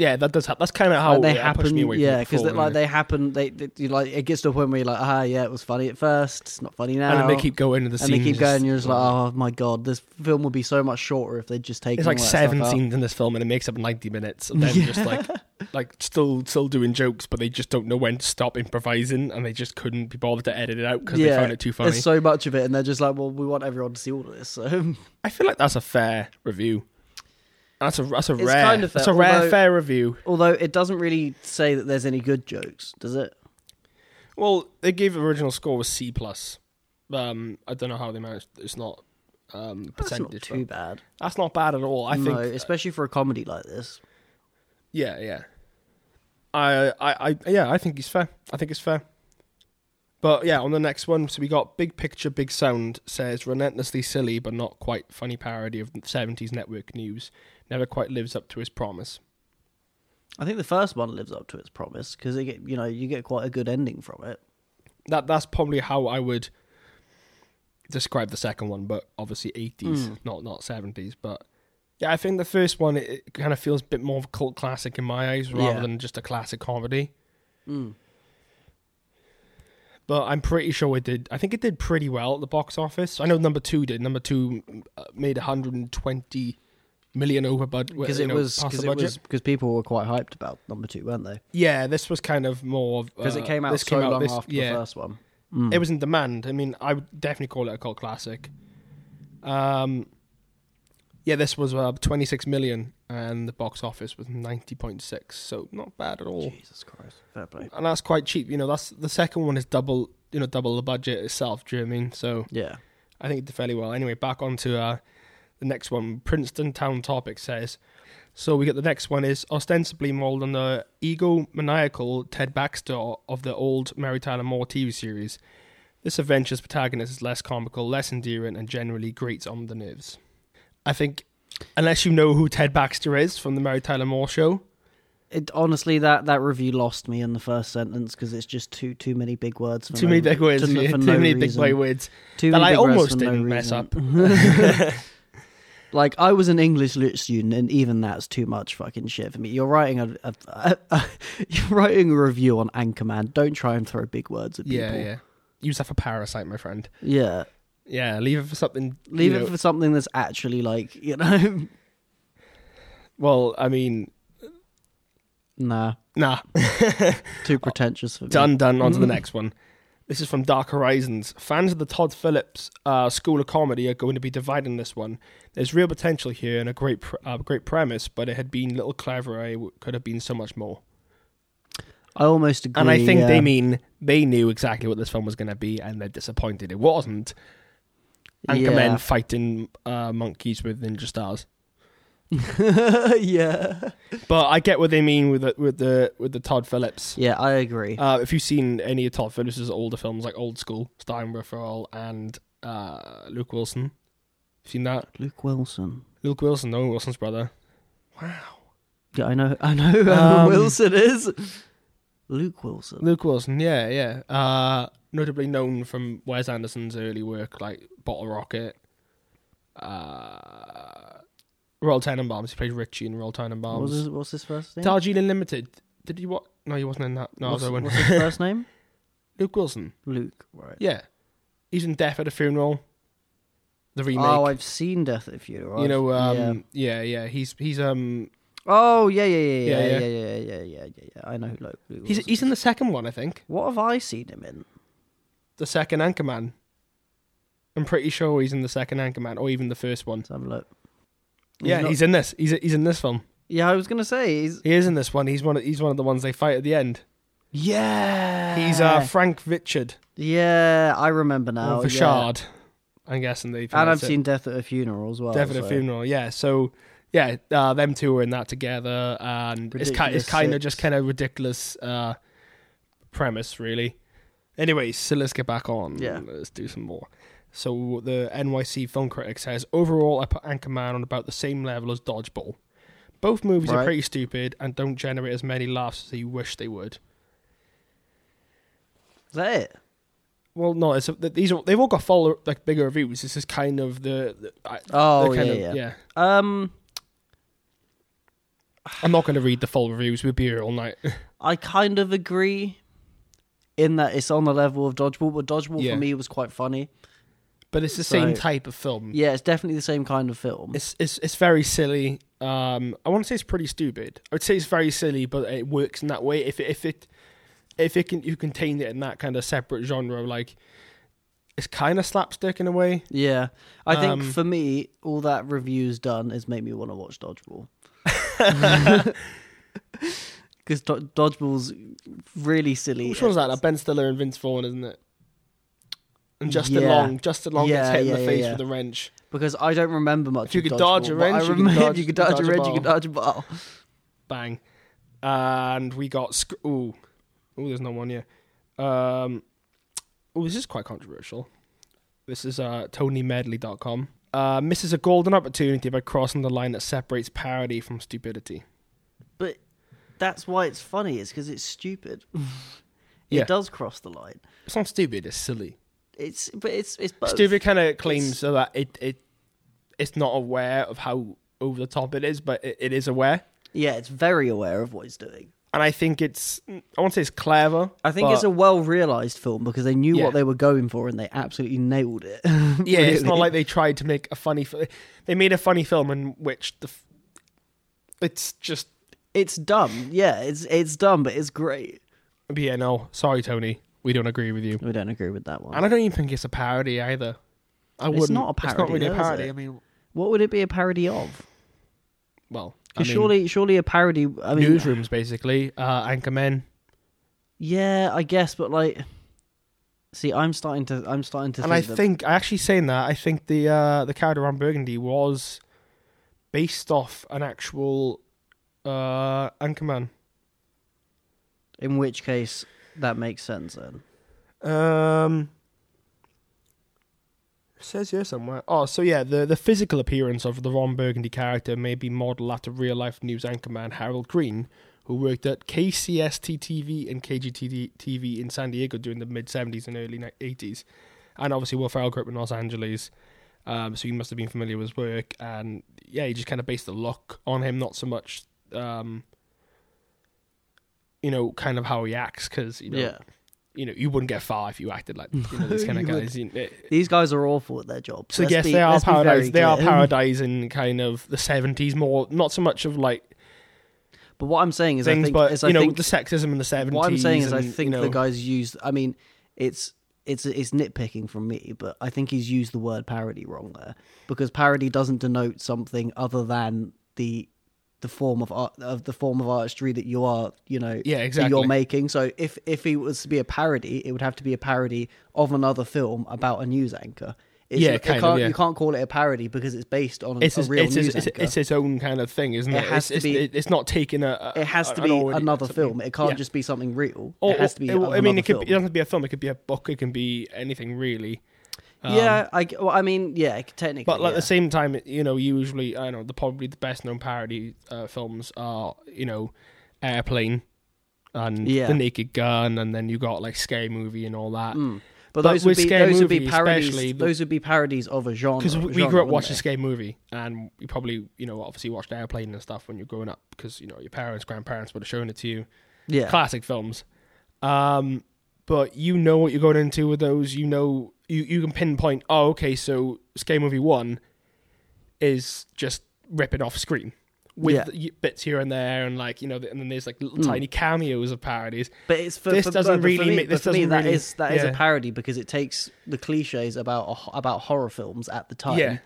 yeah, that does. Hap- that's kind of how like they Oh, yeah, pushed happen, me away from yeah, it because before, like didn't they happen. They, they you like it gets to a point where you're like, ah, yeah, it was funny at first. It's not funny now. and then they keep going and the and they keep scenes going. just- And you're just like, oh my god, this film would be so much shorter if they just taken. It's like all that seven stuff out. scenes in this film, and it makes up ninety minutes, and then just like, like still still doing jokes, but they just don't know when to stop improvising, and they just couldn't be bothered to edit it out because they found it too funny. There's so much of it, and they're just like, well, we want everyone to see all of this. So I feel like that's a fair review. That's a that's a It's rare kind of that's fair, a rare although- fair review. although it doesn't really say that there's any good jokes, does it? Well, they gave the original score was C plus. Um, I don't know how they managed. It's not um, That's percentage. not too but bad. that's not bad at all. I no, think. especially for a comedy like this. Yeah, yeah. I, I, I, yeah. I think it's fair. I think it's fair. But yeah, on the next one, so we got big picture, big sound says relentlessly silly but not quite funny parody of seventies network news. Never quite lives up to his promise. I think the first one lives up to its promise because they get you know you get quite a good ending from it. that that's probably how I would describe the second one, but obviously Hmm. eighties, not not seventies. But yeah, I think the first one it, it kind of feels a bit more of a cult classic in my eyes, rather Yeah. Hmm. than just a classic comedy. But I'm pretty sure it did. I think it did pretty well at the box office. I know number two did. Number two uh, made 120 million over, but because it was because it was because people were quite hyped about number two, weren't they? Yeah, this was kind of more of Because uh, it came out this so long this- after yeah. the first one. Mm. It was in demand. I mean, I would definitely call it a cult classic. Um, yeah, this was uh, 26 million, and the box office was 90.6, so not bad at all. Jesus Christ, fair play. And that's quite cheap. You know, that's the second one is double. You know, double the budget itself. Do you know what I mean? So Yeah, I think it did fairly well. Anyway, back on to uh, the next one. Princeton Town Topic says. So we get the next one is ostensibly modeled on the egomaniacal Ted Baxter of the old Mary Tyler Moore TV series. This adventure's protagonist is less comical, less endearing, and generally grates on the nerves. I think, unless you know who Ted Baxter is from the Mary Tyler Moore show, it honestly that that review lost me in the first sentence because it's just too too many big words. For too no- many big words, to- yeah, for too no many big reason. boy words Too that many I big words almost for no didn't mess reason. up. Like I was an English lit student, and even that's too much fucking shit for me. You're writing a, a, a, you're writing a review on Anchorman. Don't try and throw big words at people. Yeah, yeah. Use that for Parasite, my friend. yeah. Yeah, leave it for something. Leave you it know- for something that's actually like you know, Well, I mean, nah, nah. too pretentious for me. Oh, done, done. On to the Mm. next one. This is from Dark Horizons. Fans of the Todd Phillips uh, School of Comedy are going to be dividing this one. There's real potential here and a great, pr- uh, great premise, but it had been little clever. It w- could have been so much more. I almost agree. And I think yeah. they mean they knew exactly what this film was going to be, and they're disappointed it wasn't. Anchormen Yeah. fighting uh, monkeys with ninja stars. yeah. But I get what they mean with the, with the with the Todd Phillips. Yeah, I agree. Uh, if you've seen any of Todd Phillips' older films like Old School, starring Raphael and uh, Luke Wilson, seen that? Luke Wilson. Luke Wilson, Owen Wilson's brother. Yeah, I know. I know who Owen Um, Wilson is. Luke Wilson. Luke Wilson, yeah, yeah. Uh, notably known from Wes Anderson's early work like Bottle Rocket, uh, Royal Tenenbaums. He played Richie in Royal What was Tenenbaums. his, what's his first name? Darjeeling Limited. Did you what? No, he wasn't in that. No, what's, that one. what's his first name? Luke Wilson. Luke. Right. Yeah, he's in Death at a Funeral. The remake. Oh, I've seen Death at the Funeral. You know, I've- um, yeah. yeah. yeah, He's he's um Oh yeah, yeah, yeah, Yeah, yeah, yeah. yeah, yeah, yeah, yeah, yeah, yeah, yeah. I know who Luke. Luke he's Wilson he's in is. the second one, I think. What have I seen him in? The second Anchorman. I'm pretty sure he's in the second Anchorman, or even the first one. Let's have a look. Yeah, not- he's in this. He's he's in this film. yeah. I was gonna say he's He is in this one. He's one. Of, he's one of the ones they fight at the end. yeah. He's uh, Frank Richard yeah. I remember now. or yeah. Vichard. I'm guessing they. And I've pronounce it. seen Death at a Funeral as well. Death at a so- funeral. Yeah. So yeah, uh, them two were in that together, and it's kind it's Ridiculous kind of six. just kind of ridiculous uh, premise, really. Anyway, so let's get back on. Yeah. Let's do some more. So the NYC film critic says overall, I put Anchorman on about the same level as Dodgeball. Both movies are Right. pretty stupid and don't generate as many laughs as you wish they would. Is that it? Well, no, it's th these are they've all got follow like bigger reviews. This is kind of the, the I- Oh the yeah, kind yeah. of, yeah. Um, I'm not going to read the full reviews. We'd be here all night. I kind of agree in that it's on the level of Dodgeball, but Dodgeball Yeah. for me was quite funny. But it's the So- same type of film. Yeah, it's definitely the same kind of film. It's it's it's very silly. Um, I want to say it's pretty stupid. I would say it's very silly, but it works in that way. If it, if it if it can you contain it in that kind of separate genre, like it's kind of slapstick in a way. yeah, I think Um, for me, all that reviews done is make me want to watch Dodgeball. Because Do- Dodgeball's really silly. Which one's that? Like ben Stiller and Vince Vaughn, isn't it? And Justin Yeah. Long. Justin Long gets Yeah, hit in the yeah, yeah, face yeah. with a wrench. Because I don't remember much. If you of could dodge a Dodgeball, but wrench, I you could remember dodge- if you could you could dodge a dodge a wrench, you could ball. dodge a ball. Bang. And we got sc- ooh. Ooh, there's no one here. Um Ooh, this is quite controversial. This is uh tonymedley.com. Uh misses a golden opportunity by crossing the line that separates parody from stupidity. But that's why it's funny. It's because it's stupid. it Yeah. does cross the line. It's not stupid, it's silly. It's but it's it's both. Stupid kinda claims that it, it it's not aware of how over the top it is, but it, it is aware. Yeah, it's very aware of what he's doing. And I think it's I won't say it's clever. I think it's but- a well realized film because they knew Yeah. what they were going for and they absolutely nailed it. Yeah, it's not Really. like they tried to make a funny. Fi- they made a funny film in which the. F- it's just it's dumb. Yeah, it's it's dumb, but it's great. but yeah. No, sorry, Tony, we don't agree with you. We don't agree with that one. And I don't even think it's a parody either. I wouldn't. not a It's not parody, really though, a is parody. it? I mean, What would it be a parody of? well, I 'Cause mean, surely, surely a parody. I mean, newsrooms basically. Uh, Anchormen. yeah, I guess, but like, see, I'm starting to, I'm starting to, And I think that- think I actually saying that I think the uh, the character on Burgundy was based off an actual uh, Anchorman. in which case that makes sense then. Um, it says here somewhere. Oh, so yeah, the, the physical appearance of the Ron Burgundy character may be modelled after real life news anchorman Harold Green, who worked at KCST TV and KGTV TV in San Diego during the mid 70s and early ni- 80s. And obviously, Will Ferrell grew up in Los Angeles, um, so he must have been familiar with his work. And yeah, he just kind of based the look on him, not so much, um, you know, kind of how he acts, because, you know, Yeah, you know, you wouldn't get far if you acted like you know, these kind of You would. guys. You know. these guys are awful at their jobs. So Let's yes, be- they are let's be very paradise. They are clear. paradising kind of the seventies more, not so much of like But what I'm saying is, I things, think, but is you I know think the sexism in the seventies. what I'm saying is, I think the guy's used. I mean, it's it's it's nitpicking from me, but I think he's used the word parody wrong there because parody doesn't denote something other than the the form of art of the form of artistry that you are, you know, Yeah, that exactly. you're making. So if if it was to be a parody, it would have to be a parody of another film about a news anchor. It's, Yeah, it kind of, can't, yeah. You can't call it a parody because it's based on a, It's a its, real it's, news its, it's, anchor. it's its own kind of thing, isn't It it? has to it's, be- it's, it's not taking a. a- it has a- to an be already- another something. film. It can't Yeah. just be something real. Or- it has to be. or- I mean, another it could. Be, film. it doesn't have to be a film. It could be a book. It can be anything really. yeah, I, well, I mean, yeah, technically. Um, But at yeah. the same time, you know, usually I know the probably the best known parody uh, films are you know, Airplane, and Yeah. The Naked Gun, and then you got like Scary Movie and all that. but but, those would with be scary those would be movies parodies. especially, the- Those would be parodies of a genre. Because we genre, grew up wouldn't watching they? Scary Movie, and you probably you know obviously watched Airplane and stuff when you're growing up because you know your parents, grandparents would have shown it to you. Yeah, classic films. Um, but you know what you're going into with those. You know, you, you can pinpoint, oh, okay, so Scary Movie 1 is just ripping off Scream with Yeah. Hmm. y- bits here and there, and like, you know, and then there's like little tiny cameos of parodies. but it's for, This for, doesn't but for really me, make- but this for me, doesn't that really- is- that is yeah. a parody because it takes the cliches about a ho- about horror films at the time Yeah.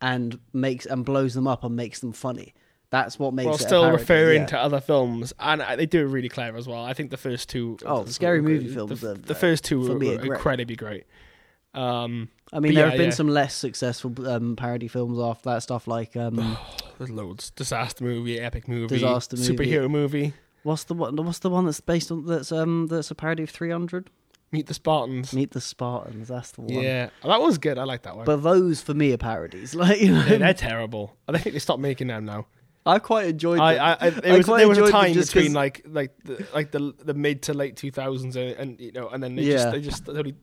and makes and blows them up and makes them funny. That's what makes While it a still parody, referring yeah. to other films, and uh, they do it really clever as well. I think the first two, Oh, the Scary Movie the, films the, are, the uh, first two for were, me, were are great. incredibly great. Um, I mean, but there yeah, have been yeah. some less successful um, parody films after that stuff, like um, there's loads: disaster movie, epic movie, Disaster movie. superhero movie. What's the one? What's the one that's based on that's um that's a parody of Three Hundred? Meet the Spartans. Meet the Spartans. That's the one. Yeah, Oh, that one's good. I like that one. But those for me are parodies. Like you know, Yeah, they're terrible. I think they stopped making them now. I quite enjoyed. I, them. I, I there was, quite there was a enjoyed them time just between 'cause- like like the, like the the mid to late two thousands and, and you know and then they Yeah. just they just totally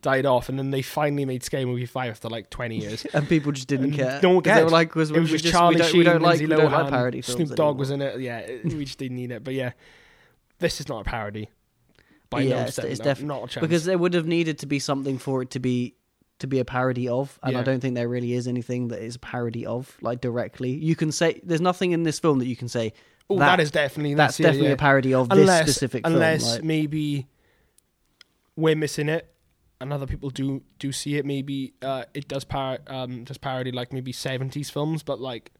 died off and then they finally made Scary Movie Five after like twenty years. and people just didn't And care. No one 'Cause They cared. were like, 'cause it we- was we just just- Charlie we don't, Sheen, we don't like, Lindsay we don't like Lohan, parody films Snoop Dogg anymore. was in it. Yeah, it- we just didn't need it. But yeah, this is not a parody. By Yeah, no it's- step, it's no, def- not a chance. because there would have needed to be something for it to be to be a parody of and i Yeah. don't think there really is anything that is a parody of like directly you can say there's nothing in this film that you can say oh, that is definitely that's it, definitely yeah. a parody of unless, this specific unless film like, maybe we're missing it and other people do do see it maybe uh it does par- um does parody like maybe 70s films but like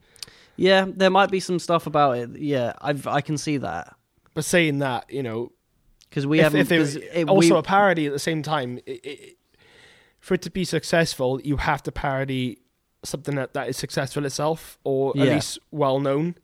yeah there might be some stuff about it yeah i've i can see that but saying that you know because we if, haven't if it 'cause was it- we- also a parody at the same time it, it, for it to be successful you have to parody something that, that is successful itself or at Yeah. least well known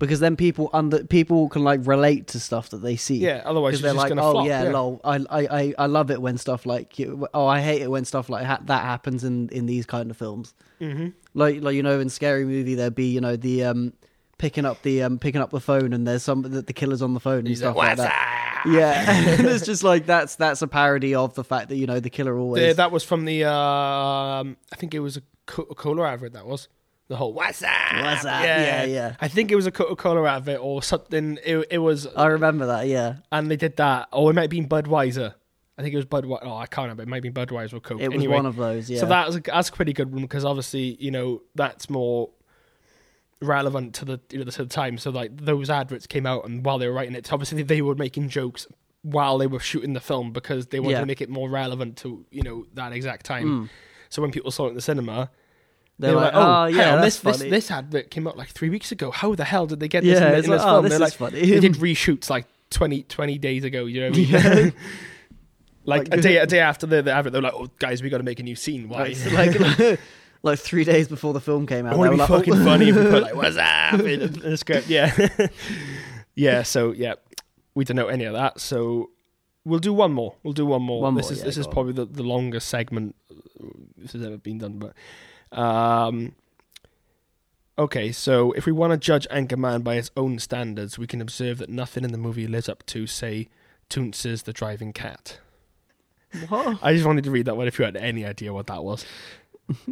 because then people under people can like relate to stuff that they see yeah otherwise because it's they're just like, gonna oh flop yeah, lol. I, I, I, I love it when stuff like, you- oh, I hate it when stuff like ha- that happens in in these kind of films. Mhm. Like, like you know, in scary movie, there'd be you know the um picking up the um picking up the phone and there's some that the killer's on the phone and He's stuff like, like "What's that. that?" Yeah, and it's just like that's that's a parody of the fact that you know the killer always. Yeah, that was from the. Um, I think it was a Coca-Cola advert. That was the whole "What's that?" What's up? Yeah, yeah. I think it was a Coca-Cola advert or something. It, it was, I remember that. Yeah, and they did that. Or it might have been Budweiser. I think it was Budweiser. Oh, I can't remember. It might have been Budweiser or Coke. it was anyway, one of those. Yeah, so that was a, that's a pretty good one because obviously you know that's more relevant to the you know to the time. So like those adverts came out, and while they were writing it, obviously they were making jokes while they were shooting the film because they wanted Yeah. to make it more relevant to you know that exact time. So when people saw it in the cinema, they're like, oh hang yeah, on, that's this this funny. this advert came out like three weeks ago. How the hell did they get this Yeah, in, it's in like, this oh, film? this They're is like, funny. they did reshoots like 20, 20 days ago. You know what I mean? like, a day a day after the, the advert, they're like, "Oh, guys, we got to make a new scene." Why? Like, so, like, like, like three days before the film came out, It would be they were like, fucking oh, funny if we put like "What's up?" in the- the script. Yeah, yeah. So yeah, we don't know any of that. So we'll do one more. We'll do one more. One this more, is yeah, this go is on. probably the, the longest segment uh, this has ever been done. But um, okay. So if we want to judge Anchorman by its own standards, we can observe that nothing in the movie lives up to, say, Toonces the driving cat. what? I just wanted to read that one. If you had any idea what that was.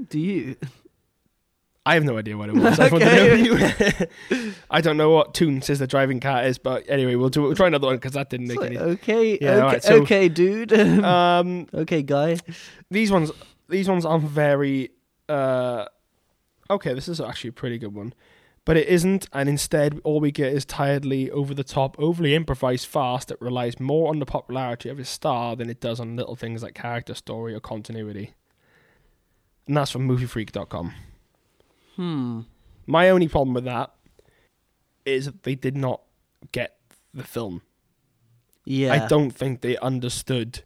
Do you? I have no idea what it was. I, just wanted to know I don't know what Toons is the driving car is, but anyway, we'll do. We'll try another one because that didn't It's make like, any. okay, Yeah, okay, alright, so- okay, dude. Um, okay, guy. these ones, these ones aren't very. Uh, okay, this is actually a pretty good one, but it isn't, and instead, all we get is tiredly over the top, overly improvised fast that relies more on the popularity of its star than it does on little things like character, story, or continuity. And that's from MovieFreak.com. Hmm. My only problem with that is that they did not get the film. Yeah. I don't think they understood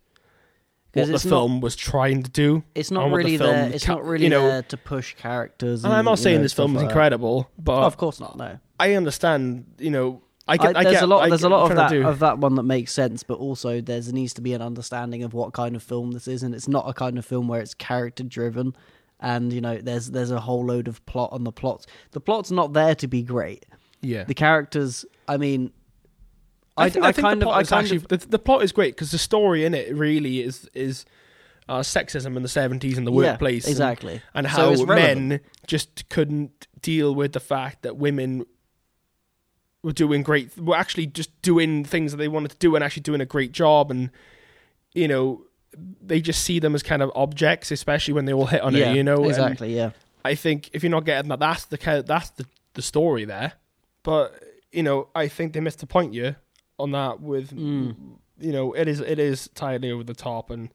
'Cause what the it's not- film was trying to do. It's on not what the really film there. It's ca- not really you know- there to push characters. And and, I'm not you saying know, this stuff film is like that. incredible, Oh, but of course not. No. I understand. You know, I get. I- I, there's get, a lot. I there's get a lot what they're of that trying to do. of that one that makes sense, but also there needs to be an understanding of what kind of film this is, and it's not a kind of film where it's character driven, and you know there's there's a whole load of plot on the plots. The plot's not there to be great. yeah. The characters, I mean, I, I, think, I I think kind the of plot I is kind actually of the, the plot is great because the story in it really is is uh, sexism in the 70s in the Yeah, workplace and- exactly. and, So how it's relevant. men just couldn't deal with the fact that women were doing great were actually just doing things that they wanted to do and actually doing a great job and you know they just see them as kind of objects especially when they all hit on yeah, it you know And exactly yeah. I think if you're not getting that, that's the kind- that's the, the story there. But you know, I think they missed the point here on that. With Hmm. you know, it is it is entirely over the top and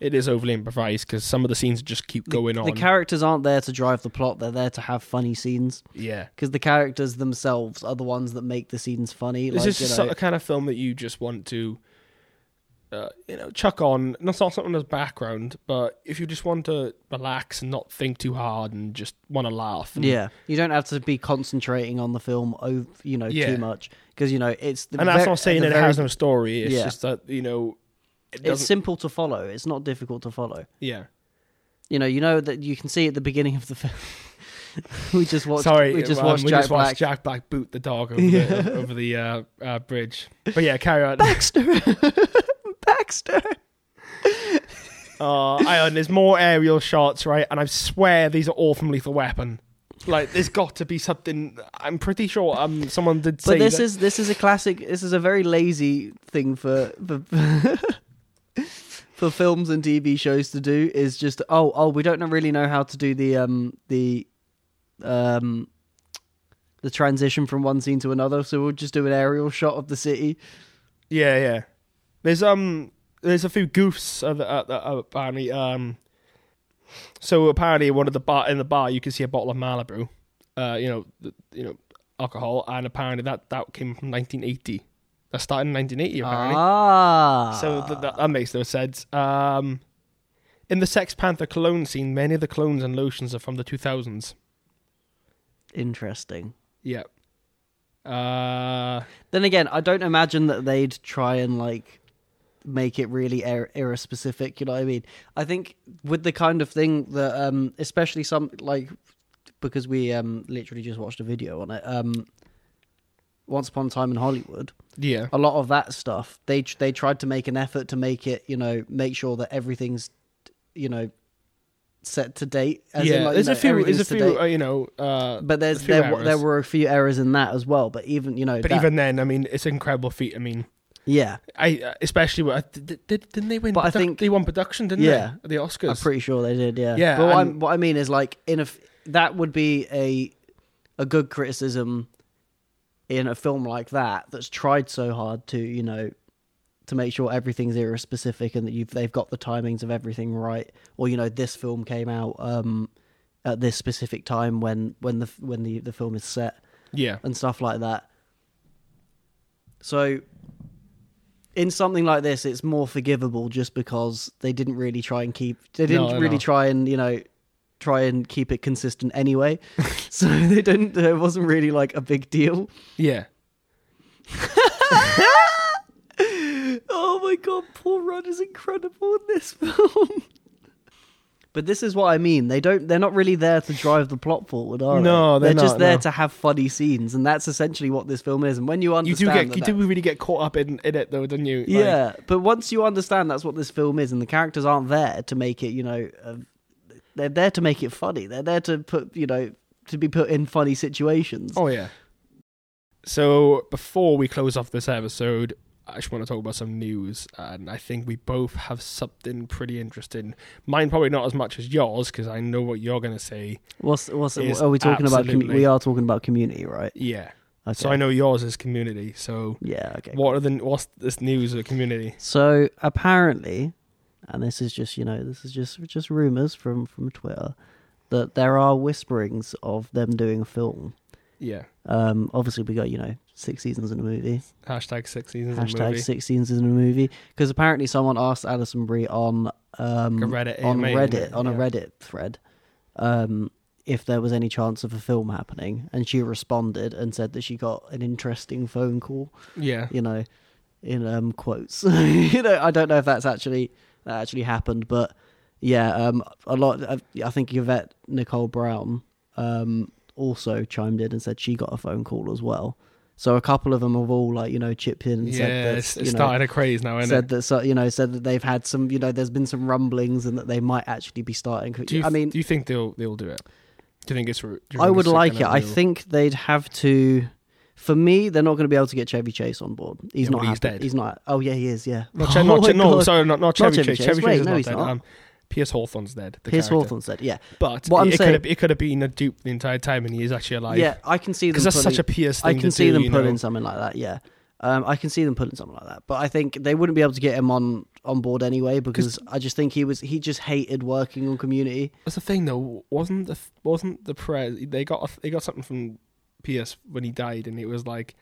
it is overly improvised because some of the scenes just keep going the on. characters aren't there to drive the plot; they're there to have funny scenes yeah, because the characters themselves are the ones that make the scenes funny. this like, is you just know, the kind of film that you just want to. Uh, you know, chuck on. Not not something as background, but if you just want to relax and not think too hard and just want to laugh, and, Yeah, you don't have to be concentrating on the film, over, you know, Yeah. too much because you know it's. The and that's ver- not saying the it very- has no story. It's Yeah. just that you know It It's doesn't. simple to follow. It's not difficult to follow. yeah. You know, you know that you can see at the beginning of the film. we just watched. Sorry, we just um, watched Jack Black. Jack Black boot the dog over the, over the uh, uh, bridge. But yeah, carry on. Baxter, Baxter. Oh, I own. There's more aerial shots, right? And I swear these are all from Lethal Weapon. Like, there's got to be something. I'm pretty sure um someone did say But this that- is this is a classic. This is a very lazy thing for for, for films and TV shows to do. Is just oh oh we don't really know how to do the um the um the transition from one scene to another, so we'll just do an aerial shot of the city. Yeah, yeah. There's um, there's a few goofs uh, that, uh, that uh, apparently um. So apparently, one of the bar in the bar, you can see a bottle of Malibu, uh, you know, th- you know, alcohol, and apparently that that came from 1980. That started in 1980, apparently. Ah, So th- that, that makes no sense. Um, in the Sex Panther cologne scene, many of the clones and lotions are from the 2000s. interesting. Yeah. Uh, Then again, I don't imagine that they'd try and like make it really er- era specific. You know what I mean? I think with the kind of thing that, um, especially some like because we um literally just watched a video on it. Um, Once upon a time in Hollywood, yeah. a lot of that stuff they tr- they tried to make an effort to make it you know make sure that everything's you know set to date. As in, yeah. like, you there's know, a few. There's a everything's to date. few. Uh, you know. Uh, But there's a few there, w- errors. there were a few errors in that as well. But even you know, But that- even then, I mean, it's an incredible feat. I mean, yeah, I uh, especially with, uh, did, did, didn't they win? But I produc- think- they won production, didn't Yeah. they? At the I'm Oscars. pretty sure they did. Yeah. Yeah, But what, I'm, and- what I mean is like in a f- that would be a a good criticism in a film like that that's tried so hard to you know to make sure everything's era specific and that you've they've got the timings of everything right or you know this film came out um at this specific time when when the when the the film is set yeah. and stuff like that. So in something like this, it's more forgivable just because they didn't really try and keep they didn't No, no. really try and you know try and keep it consistent anyway. so they didn't. It wasn't really like a big deal. Yeah. Oh my god, Paul Rudd is incredible in this film. But this is what I mean. They don't. They're not really there to drive the plot forward, are No, they? they're just not, there no. to have funny scenes, and that's essentially what this film is. And when you You understand, do get that you that- do really get caught up in, in it though, don't you? Like, Yeah, but once you understand that's what this film is, and the characters aren't there to make it, you know, uh, they're there to make it funny. They're there to put, you know, to be put in funny situations. Oh yeah. So before we close off this episode, I just want to talk about some news, and I think we both have something pretty interesting. Mine probably not as much as yours because I know what you're going to say. What's what's Yes, are we talking about? absolutely. commu we are talking about community, right? Yeah. Okay. So I know yours is community. So Yeah. Okay. what are the what's this news of community? So apparently, and this is just you know this is just just rumors from from Twitter that there are whisperings of them doing a film. Yeah. Um, obviously, we got you know six seasons in a movie. Hashtag six seasons in a Hashtag movie. six scenes in a movie because apparently someone asked Alison Brie on um, Like a Reddit on AMA, Reddit on a yeah. Reddit thread um, if there was any chance of a film happening, and she responded and said that she got an interesting phone call. Yeah. You know, in um, quotes. you know, I don't know if that's actually that actually happened, but yeah, um, a lot. I, I think Yvette Nicole Brown um, also chimed in and said she got a phone call as well. So a couple of them have all like you know chipped in and Yeah, said that it's, you it's know, starting a craze now, isn't said it? that so you know said that they've had some you know there's been some rumblings and that they might actually be starting. Do you, I mean, do you think they'll they'll do it? Do you think it's? re- do you I think would it's like it. gonna I real- think they'd have to. For me, they're not going to be able to get Chevy Chase on board. He's Yeah, not. well, he's happy. dead. He's not. Oh yeah, he is. Yeah. Not, Che- oh not my Che- no, God. sorry, not, not Chevy Chevy Chase. Chase. Chevy Wait, Chase is no, not he's dead. not. Um, Pierce Hawthorne's dead. The Pierce character. Hawthorne's dead. Yeah. But What I'm it, saying- could have, it could have been a dupe the entire time, and he is actually alive. Yeah, I can see them. because that's pulling- such a Pierce thing. I to can see do, them you know? pulling something like that. Yeah, um, I can see them pulling something like that. But I think they wouldn't be able to get him on on board anyway because I just think he was he just hated working on Community. That's the thing, though. Wasn't the wasn't the press? They got a, they got something from Pierce when he died, and it was like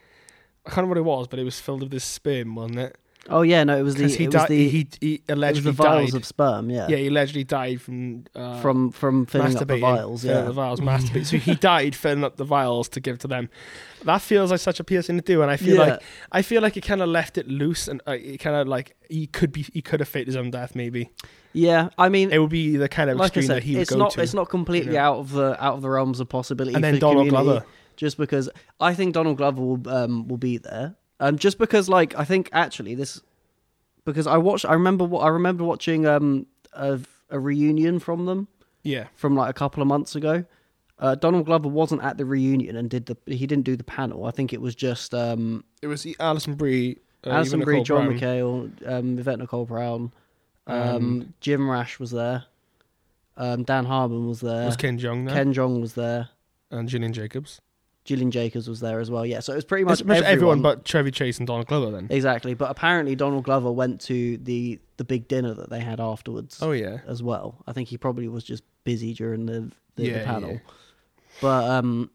I can't remember what it was, but it was filled with this sperm, wasn't it? Oh yeah, no, it was the because it he, was di- the he he it was allegedly the vials died. of sperm. Yeah, yeah, he allegedly died from uh, from from filling up the masturbating, vials. filling Yeah, up the vials, masturbating. so he died filling up the vials to give to them. That feels like such a PS thing to do, and I feel Yeah. like I feel like it kind of left it loose, and uh, it kind of like he could be he could have faked his own death. Maybe yeah. I mean, it would be the kind of like I extreme said, that he would it's go not to. it's not completely know. out of the out of the realms of possibility. And then for Donald Community, Glover. just because I think Donald Glover will um, will be there, um, just because like I think actually this because I watched I remember what I remember watching um a, a reunion from them yeah, from like a couple of months ago. Uh, Donald Glover wasn't at the reunion and did the he didn't do the panel. I think it was just um, it was Alison Brie, uh, Alison Eva Brie, Nicole John Brown. McHale, um, Yvette Nicole Brown, um, Jim Rash was there, um, Dan Harmon was there, It was Ken Jeong there, Ken Jong was there, and Gillian Jacobs. Gillian Jacobs was there as well. Yeah, so it was pretty much Much, much everyone but Chevy Chase and Donald Glover. Then exactly. But apparently Donald Glover went to the the big dinner that they had afterwards oh yeah, as well. I think he probably was just busy during the the, Yeah, the panel, yeah. but um.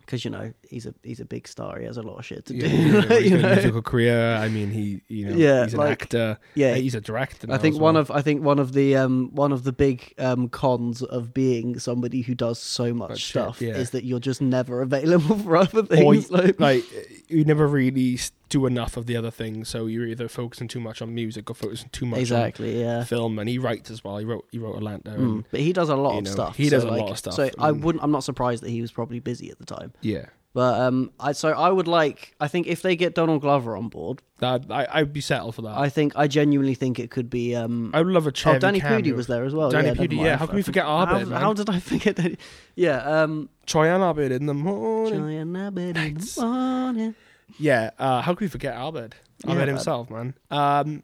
Because you know he's a he's a big star, he has a lot of shit to do. Yeah, you know, he's you got a know? musical career. I mean, he you know Yeah, he's an like- actor. Uh, yeah. he's a director. I think one of I think one of the um one of the big um cons of being somebody who does so much Much shit, stuff yeah. is that you're just never available for or other things. like, like you never really s- do enough of the other things. So you're either focusing too much on music or focusing too much exactly, on yeah. film. And he writes as well. He wrote he wrote Atlanta. Mm. And, But he does a lot you of know, stuff. he so, does a lot like- of stuff, Mm. So I and- wouldn't. I'm not surprised that he was probably busy at the time. yeah, But um, I so I would like. I think if they get Donald Glover on board, that I I'd be settled for that. I, I think I genuinely think it could be um. would love a Oh, Chevy. Danny cameo. Pudi was there as well. Danny yeah, never Pudi, mind. yeah. How can we forget How, Arbed? how did I forget that? Yeah. Um. Troyan Arbed in the morning. Giant rabbit in the Nice. morning. Yeah, uh, how could we forget Albert? Yeah, Albert but- himself, man. Um,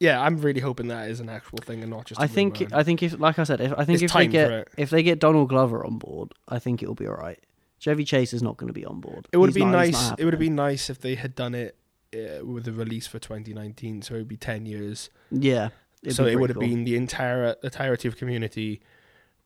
yeah, I'm really hoping that is an actual thing and not just. I I think I think if like I said, if I It's think if they time for get it. if they get Donald Glover on board, I think it'll be all right. Chevy Chase is not going to be on board. it would have He's been not- he's nice. not It would have happening. been nice if they had done it uh, with the release for 2019, so it would be 10 years. yeah. it'd so be it pretty would have cool. been the entire entirety of Community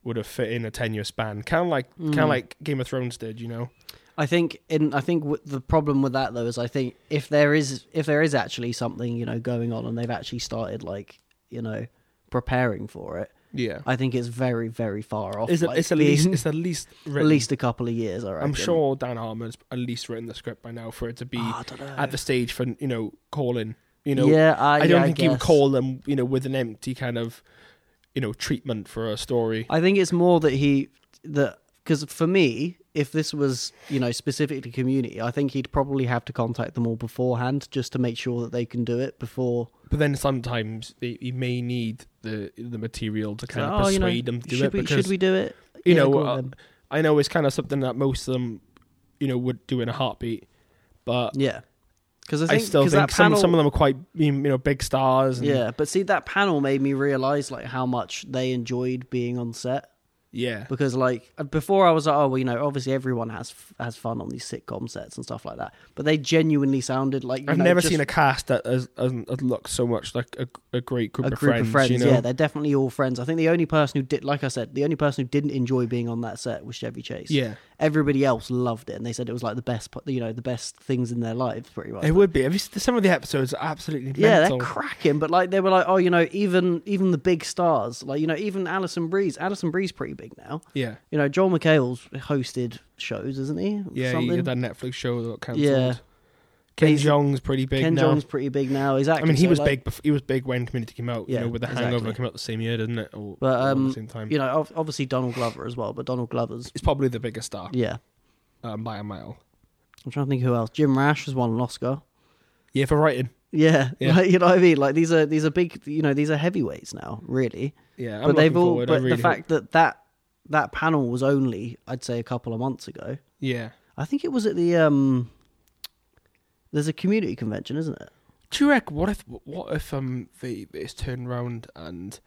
would have fit in a 10 year span, kind of like Mm. kind of like Game of Thrones did, you know? I think in I think w- the problem with that though is I think if there is if there is actually something you know going on and they've actually started like you know preparing for it, Yeah, I think it's very very far off. it's, a, like, it's at being least it's at least at written. least a couple of years. I I'm reckon. sure Dan Harmon's at least written the script by now for it to be Ah, I don't know. at the stage for you know calling. You know, yeah, I, I don't yeah, think I you would guess. call them, you know, with an empty kind of, you know, treatment for a story. I think it's more that he that because for me, if this was you know specifically community, I think he'd probably have to contact them all beforehand just to make sure that they can do it before. But then sometimes they, you may need the the material to kind of Oh, persuade you know, them to do should it we because should we do it? you Yeah, know go on uh, then. I know it's kind of something that most of them, you know, would do in a heartbeat. But yeah, because I, I, think, still 'cause think that some panel, some of them are quite you know big stars. And, Yeah, but see that panel made me realize like how much they enjoyed being on set yeah, because like before I was like oh well you know obviously everyone has has fun on these sitcom sets and stuff like that but they genuinely sounded like you I've know, never just seen a cast that has, has, has looked so much like a, a great group, a of, group friends, of friends. You know, Yeah, they're definitely all friends. I think the only person who did, like I said, the only person who didn't enjoy being on that set was Chevy Chase. Yeah. everybody else loved it, and they said it was like the best, p- you know, the best things in their lives, pretty much. it would be. Have you seen- Some of the episodes are absolutely yeah, mental. they're cracking, but like they were like, oh, you know, even even the big stars, like you know, even Alison Breeze. Alison Breeze pretty big now. yeah. You know, Joel McHale's hosted shows, isn't he? Yeah, he Something. had that Netflix show that got cancelled. Yeah. Ken He's- Jeong's pretty big Ken now. Jong's pretty big now. Exactly. I mean, he so, was big. like, Bef- he was big when Community came out. Yeah, you know, with the exactly. Hangover came out the same year, didn't it? Or, But or around um, the same time. you know, ob- obviously Donald Glover as well. But Donald Glover's, it's probably the biggest star yeah. um, by a mile. I'm trying to think who else. Jim Rash has won an Oscar. Yeah, for writing. Yeah, Yeah. Like, you know what I mean. Like these are these are big, you know, these are heavyweights now, really. Yeah, I'm but they've looking all, forward. I but really the hope- fact that that that panel was only, I'd say, a couple of months ago. yeah. I think it was at the um. There's a community convention, isn't it? Do you reckon what if what if um they it's turned round and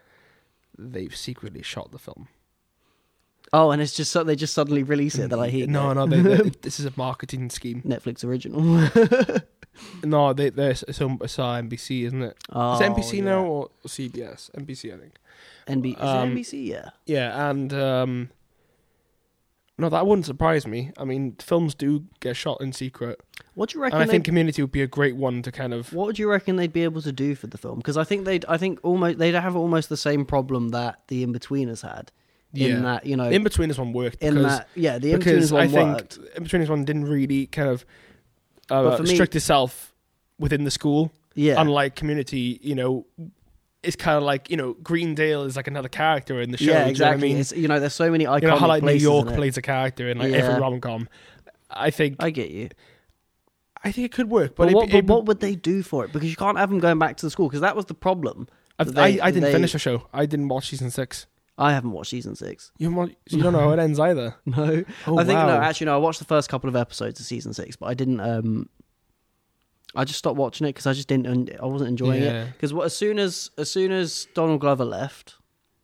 they've secretly shot the film? Oh, and it's just so they just suddenly release it. They're like, here, no, no, no, they, they, this is a marketing scheme. Netflix original. No, they, they're it's, on- it's on NBC, isn't it? oh, Is it NBC yeah. now or CBS? NBC, I think. NB- is it Um, NBC? Yeah. Yeah, and um, No, that wouldn't surprise me. I mean, films do get shot in secret, What do you and reckon? I they- think Community would be a great one to kind of. What would you reckon they'd be able to do for the film? Because I think they'd, I think almost they'd have almost the same problem that the Inbetweeners had. In Yeah. that, you know, In between is one worked in because that, yeah, the because Inbetweeners one I think worked. in between is one didn't really kind of uh, But for me- restrict itself within the school. Yeah, Unlike Community, you know, it's kind of like you know Greendale is like another character in the show. yeah, do you know what exactly. I mean, It's, you know, there's so many iconic you know how like New places York in it. plays a character in like Yeah. every rom com. I think I, I get you, think it could work, but, but, it, what, it, but what would they do for it? Because you can't have them going back to the school because that was the problem. I, that they- I, I didn't they- finish the show. I didn't watch season six. I haven't watched season six. You, haven't watched- so you don't know how it ends either. No, Oh, I think no. wow. Actually, no. I watched the first couple of episodes of season six, but I didn't. um I just stopped watching it because I just didn't. I wasn't enjoying Yeah. it because as soon as as soon as Donald Glover left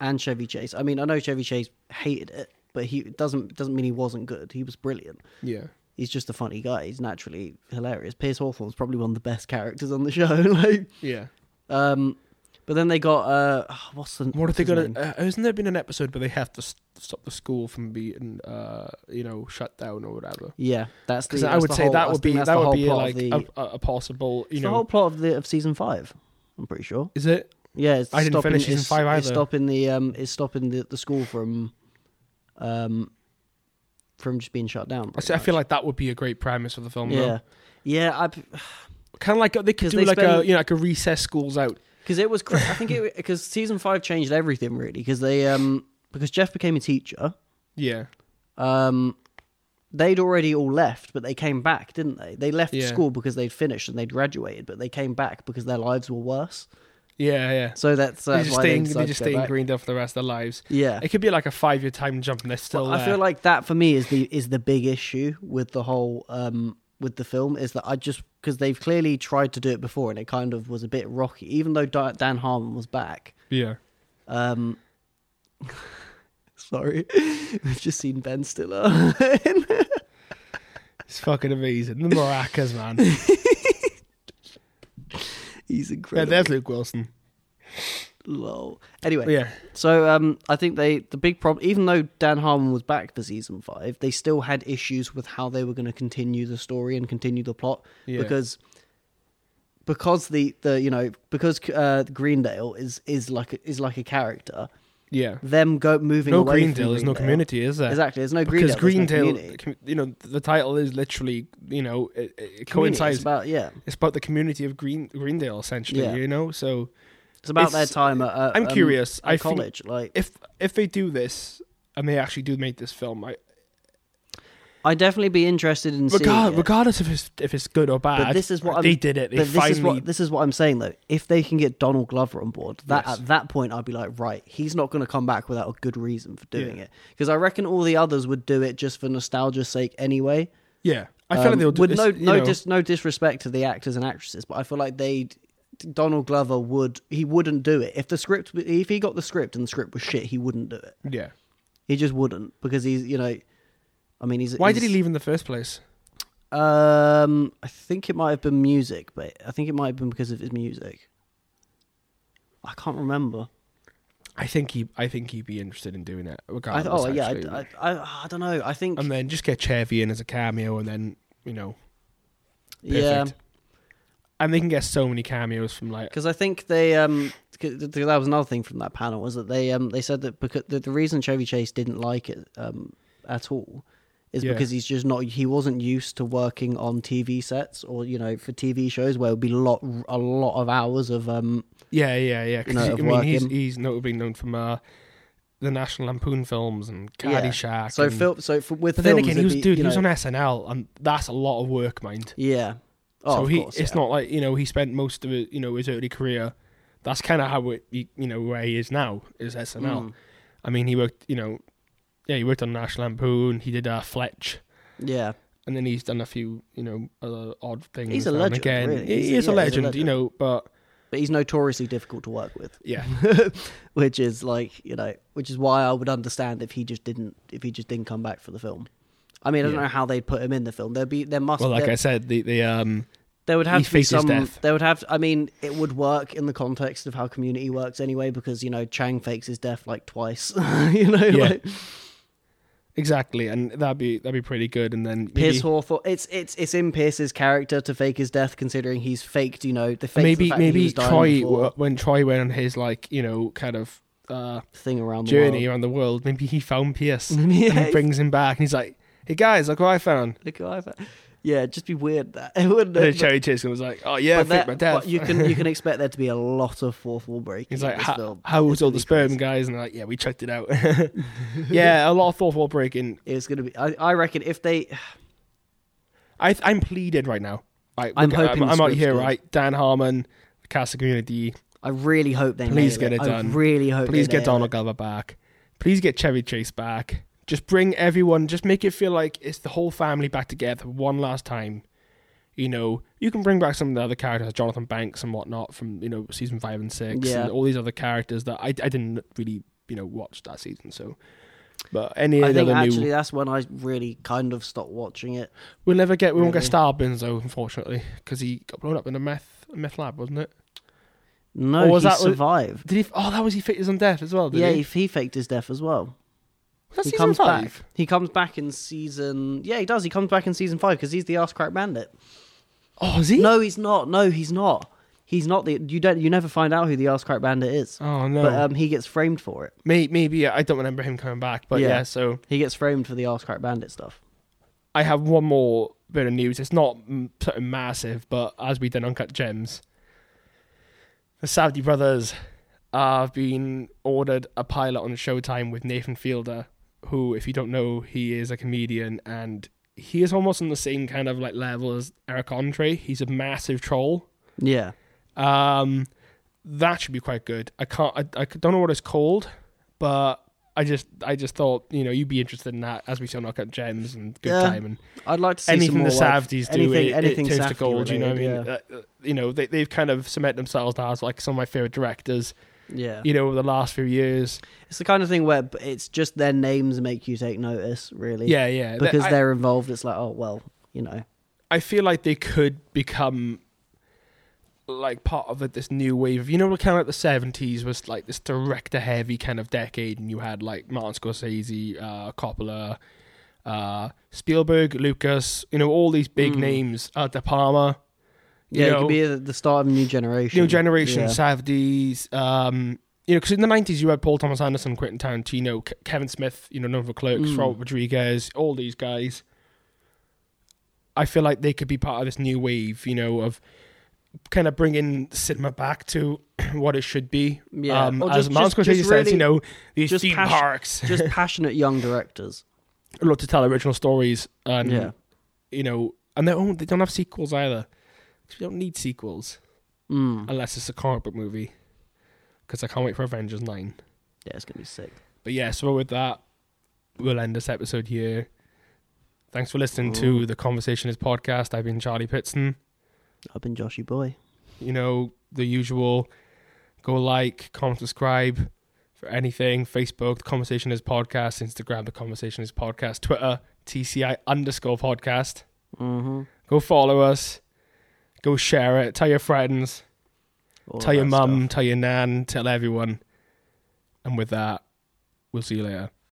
and Chevy Chase. I mean, I know Chevy Chase hated it, but he it doesn't doesn't mean he wasn't good. He was brilliant. Yeah, He's just a funny guy. He's naturally hilarious. Pierce Hawthorne's probably one of the best characters on the show. like, yeah. um, but then they got uh, what's the What if what's they his gonna? name? Uh, hasn't there been an episode where they have to st- stop the school from being, uh, you know, shut down or whatever? Yeah, that's Because the. I that's would the say whole- that I would think be that's that the would whole be plot like of the- a, a, a possible, you it's know, the whole plot of the of season five. I'm pretty sure. is it? Yeah, it's I didn't stopping, finish season it's- five It's either. stopping the um, it's stopping the, the school from, um, from just being shut down. I, pretty see, I much. feel like that would be a great premise for the film. yeah, Yeah, yeah, I kind of like they could 'Cause do they like a spend- you know like a recess schools out. because it was. cra- I think it because season five changed everything really because they um because Jeff became a teacher. Yeah, Um, they'd already all left, but they came back, didn't they? They left Yeah. school because they'd finished and they'd graduated, but they came back because their lives were worse. yeah, yeah. So that's, they that's just why stay in, they, they just stay in green. Greendale for the rest of their lives. Yeah, It could be like a five year time jump, and they're still. I there. feel like that for me is the is the big issue with the whole um with the film is that I just because they've clearly tried to do it before and it kind of was a bit rocky, even though Di- Dan Harmon was back. yeah. Um, sorry, we've just seen Ben Stiller. It's fucking amazing. The maracas, man. He's yeah, incredible. there's Luke Wilson. Lol. Anyway, Yeah, So um, I think they the big problem, even though Dan Harmon was back for season five, they still had issues with how they were going to continue the story and continue the plot Yeah. because because the, the you know because uh, Greendale is is like a, is like a character. yeah. Them go moving No away from Greendale, there's no Greendale- community, is there? Exactly, there's no because Greendale. there's no Greendale, community. the commu- you know, the title is literally, you know, it, it Community, it's coincides. about yeah. it's about the community of Green Greendale, essentially. Yeah. You know, so It's about their It's- time at. Uh, I'm um, curious. at I think- college like if if they do this and they actually do make this film, I I'd definitely be interested in seeing regard, it. regardless if it's if it's good or bad. But this is what I'm- they did it. They But this finally. is what this is what I'm saying though. If they can get Donald Glover on board, that Yes. at that point I'd be like, right, he's not going to come back without a good reason for doing Yeah. it. Because I reckon all the others would do it just for nostalgia's sake anyway. yeah, I feel like Um, they'll do with this, no you no know. dis, no disrespect to the actors and actresses, but I feel like they Donald Glover would he wouldn't do it if the script if he got the script and the script was shit, he wouldn't do it. Yeah, He just wouldn't because he's you know, I mean he's why did he he's- leave in the first place? um, I think it might have been music, but I think it might have been because of his music. I can't remember. I think he, I think he'd be interested in doing it. I Regardless, th- oh yeah, actually. I, I, I, I don't know. I think and then just get Chevy in as a cameo, and then you know, perfect. yeah, And they can get so many cameos from like because I think they um 'cause th- th- that was another thing from that panel was that they um they said that because the, the reason Chevy Chase didn't like it um at all is Yeah. because he's just not he wasn't used to working on TV sets or you know for TV shows where it would be lot a lot of hours of um yeah, yeah, yeah. 'cause No, he- of I mean, he's working. he's notably known from uh, the National Lampoon films and yeah. Caddyshack. So and, Phil, so for, with but then films, again, it'd he was be, dude, you he was know- on SNL, and that's a lot of work, mind. Yeah. Oh, so of he, course, it's yeah. not like you know he spent most of it, you know his early career. That's kind of how it, he- you know where he is now is SNL. Mm. I mean, he worked, you know, yeah, he worked on National Lampoon. He did uh, Fletch. Yeah, and then he's done a few, you know, other odd things. He's a now and legend, Again, really. He- He's he a- is a yeah, he's a legend, you legend. know. But but he's notoriously difficult to work with, yeah, which is like you know, which is why I would understand if he just didn't if he just didn't come back for the film. I mean, I don't Yeah. know how they'd put him in the film. There'd be there must well, like there, I said, the the um, there would have he to be faked his some. death. There would have. I mean, it would work in the context of how Community works anyway, because you know Chang fakes his death like twice. you know, Yeah. like, Exactly, and that'd be that'd be pretty good. And then maybe, Pierce Hawthorne. It's it's it's in Pierce's character to fake his death, considering he's faked. You know, the faked the maybe fact that he maybe was dying Troy before. w- when Troy went on his like you know kind of uh, thing around the journey world. around the world, maybe he found Pierce and Yeah, he brings him back, and he's like, "Hey guys, look what I found." look who I've had. Yeah, it'd just be weird that it wouldn't. And then it? Cherry Chisholm was like, "Oh yeah, I that- faked my death." but you can you can expect there to be a lot of fourth wall breaking. He's in like, this how, film. how was It's all gonna the be sperm, crazy. guys? And they're like, yeah, we checked it out. yeah, a lot of thoughtful breaking. It's gonna be. I, I reckon if they, I, I'm pleaded right now. Right, I'm we- hoping the I'm, out script's here, good. right? Dan Harmon, cast the community. I really hope they. Please nail get it done. I really hope. Please they get nail Donald it. Glover back. Please get Chevy Chase back. Just bring everyone. Just make it feel like it's the whole family back together one last time. You know, you can bring back some of the other characters, Jonathan Banks and whatnot from you know season five and six, Yeah. and all these other characters that I, I didn't really you know watch that season. So, but any I other think new actually that's when I really kind of stopped watching it. We'll never get. We won't get Really? Starbins though, unfortunately, because he got blown up in a meth meth lab, wasn't it? No, Or was he that- survived. Did he? Oh, that was he faked his own death as well. Did yeah, he, he, he faked his death as well. Was that he season comes five? back. He comes back in season. Yeah, he does. He comes back in season five because he's the ass crack bandit. Oh, is he? No, he's not. No, he's not. He's not the. You don't. You never find out who the ass crack bandit is. Oh no. But um, he gets framed for it. maybe, maybe I don't remember him coming back, but Yeah. yeah. So He gets framed for the ass crack bandit stuff. I have one more bit of news. It's not mm, something massive, but as we did uncut gems, the Saudi brothers have been ordered a pilot on Showtime with Nathan Fielder, who, if you don't know, he is a comedian and he is almost on the same kind of like level as Eric Andre. He's a massive troll. Yeah. Um, that should be quite good. I can't. I, I don't know what it's called, but I just I just thought you know you'd be interested in that as we saw knockout gems and good Yeah. time and I'd like to see some anything more the like, Savdies do anything- it, anything it turns to Safdie gold. You know what I mean? related, Uh, uh, you know they they've kind of cemented themselves now as like some of my favorite directors. Yeah. You know over the last few years. It's the kind of thing where b- it's just their names make you take notice, really. Yeah, yeah. Th- Because I- they're involved, it's like, oh well, you know. I feel like they could become like part of it, this new wave of you know kind of like the seventies was like this director heavy kind of decade, and you had like Martin Scorsese, uh, Coppola, uh, Spielberg, Lucas, you know all these big names, uh, De Palma, you Yeah, it know, could be the- the start of a new generation. new generation Yeah. Savdies, um, you know, because in the nineties you had Paul Thomas Anderson, Quentin Tarantino, Ke- Kevin Smith, you know, known for Clerks, Mm. Robert Rodriguez, all these guys. I feel like they could be part of this new wave, you know, of kind of bringing cinema back to what it should be. Yeah, um, or as just- Martin just- Scorsese just says, really- you know, these just theme passion- parks just passionate young directors. love to tell original stories, and Yeah. you know, and they don't they don't have sequels either. 'Cause We don't need sequels Mm. unless it's a comic book movie. Because I can't wait for Avengers Nine. Yeah, it's gonna be sick. But yeah, so with that, we'll end this episode here. Thanks for listening to the Conversation is podcast. I've been Charlie Pitson. I've been Joshy Boy. You know, the usual. Go like, comment, subscribe for anything. Facebook, The Conversation is podcast. Instagram, The Conversation is podcast. Twitter, TCI underscore podcast. Mm-hmm. Go follow us. Go share it. Tell your friends. tell your mum. Tell your nan. Tell everyone. And with that, we'll see you later.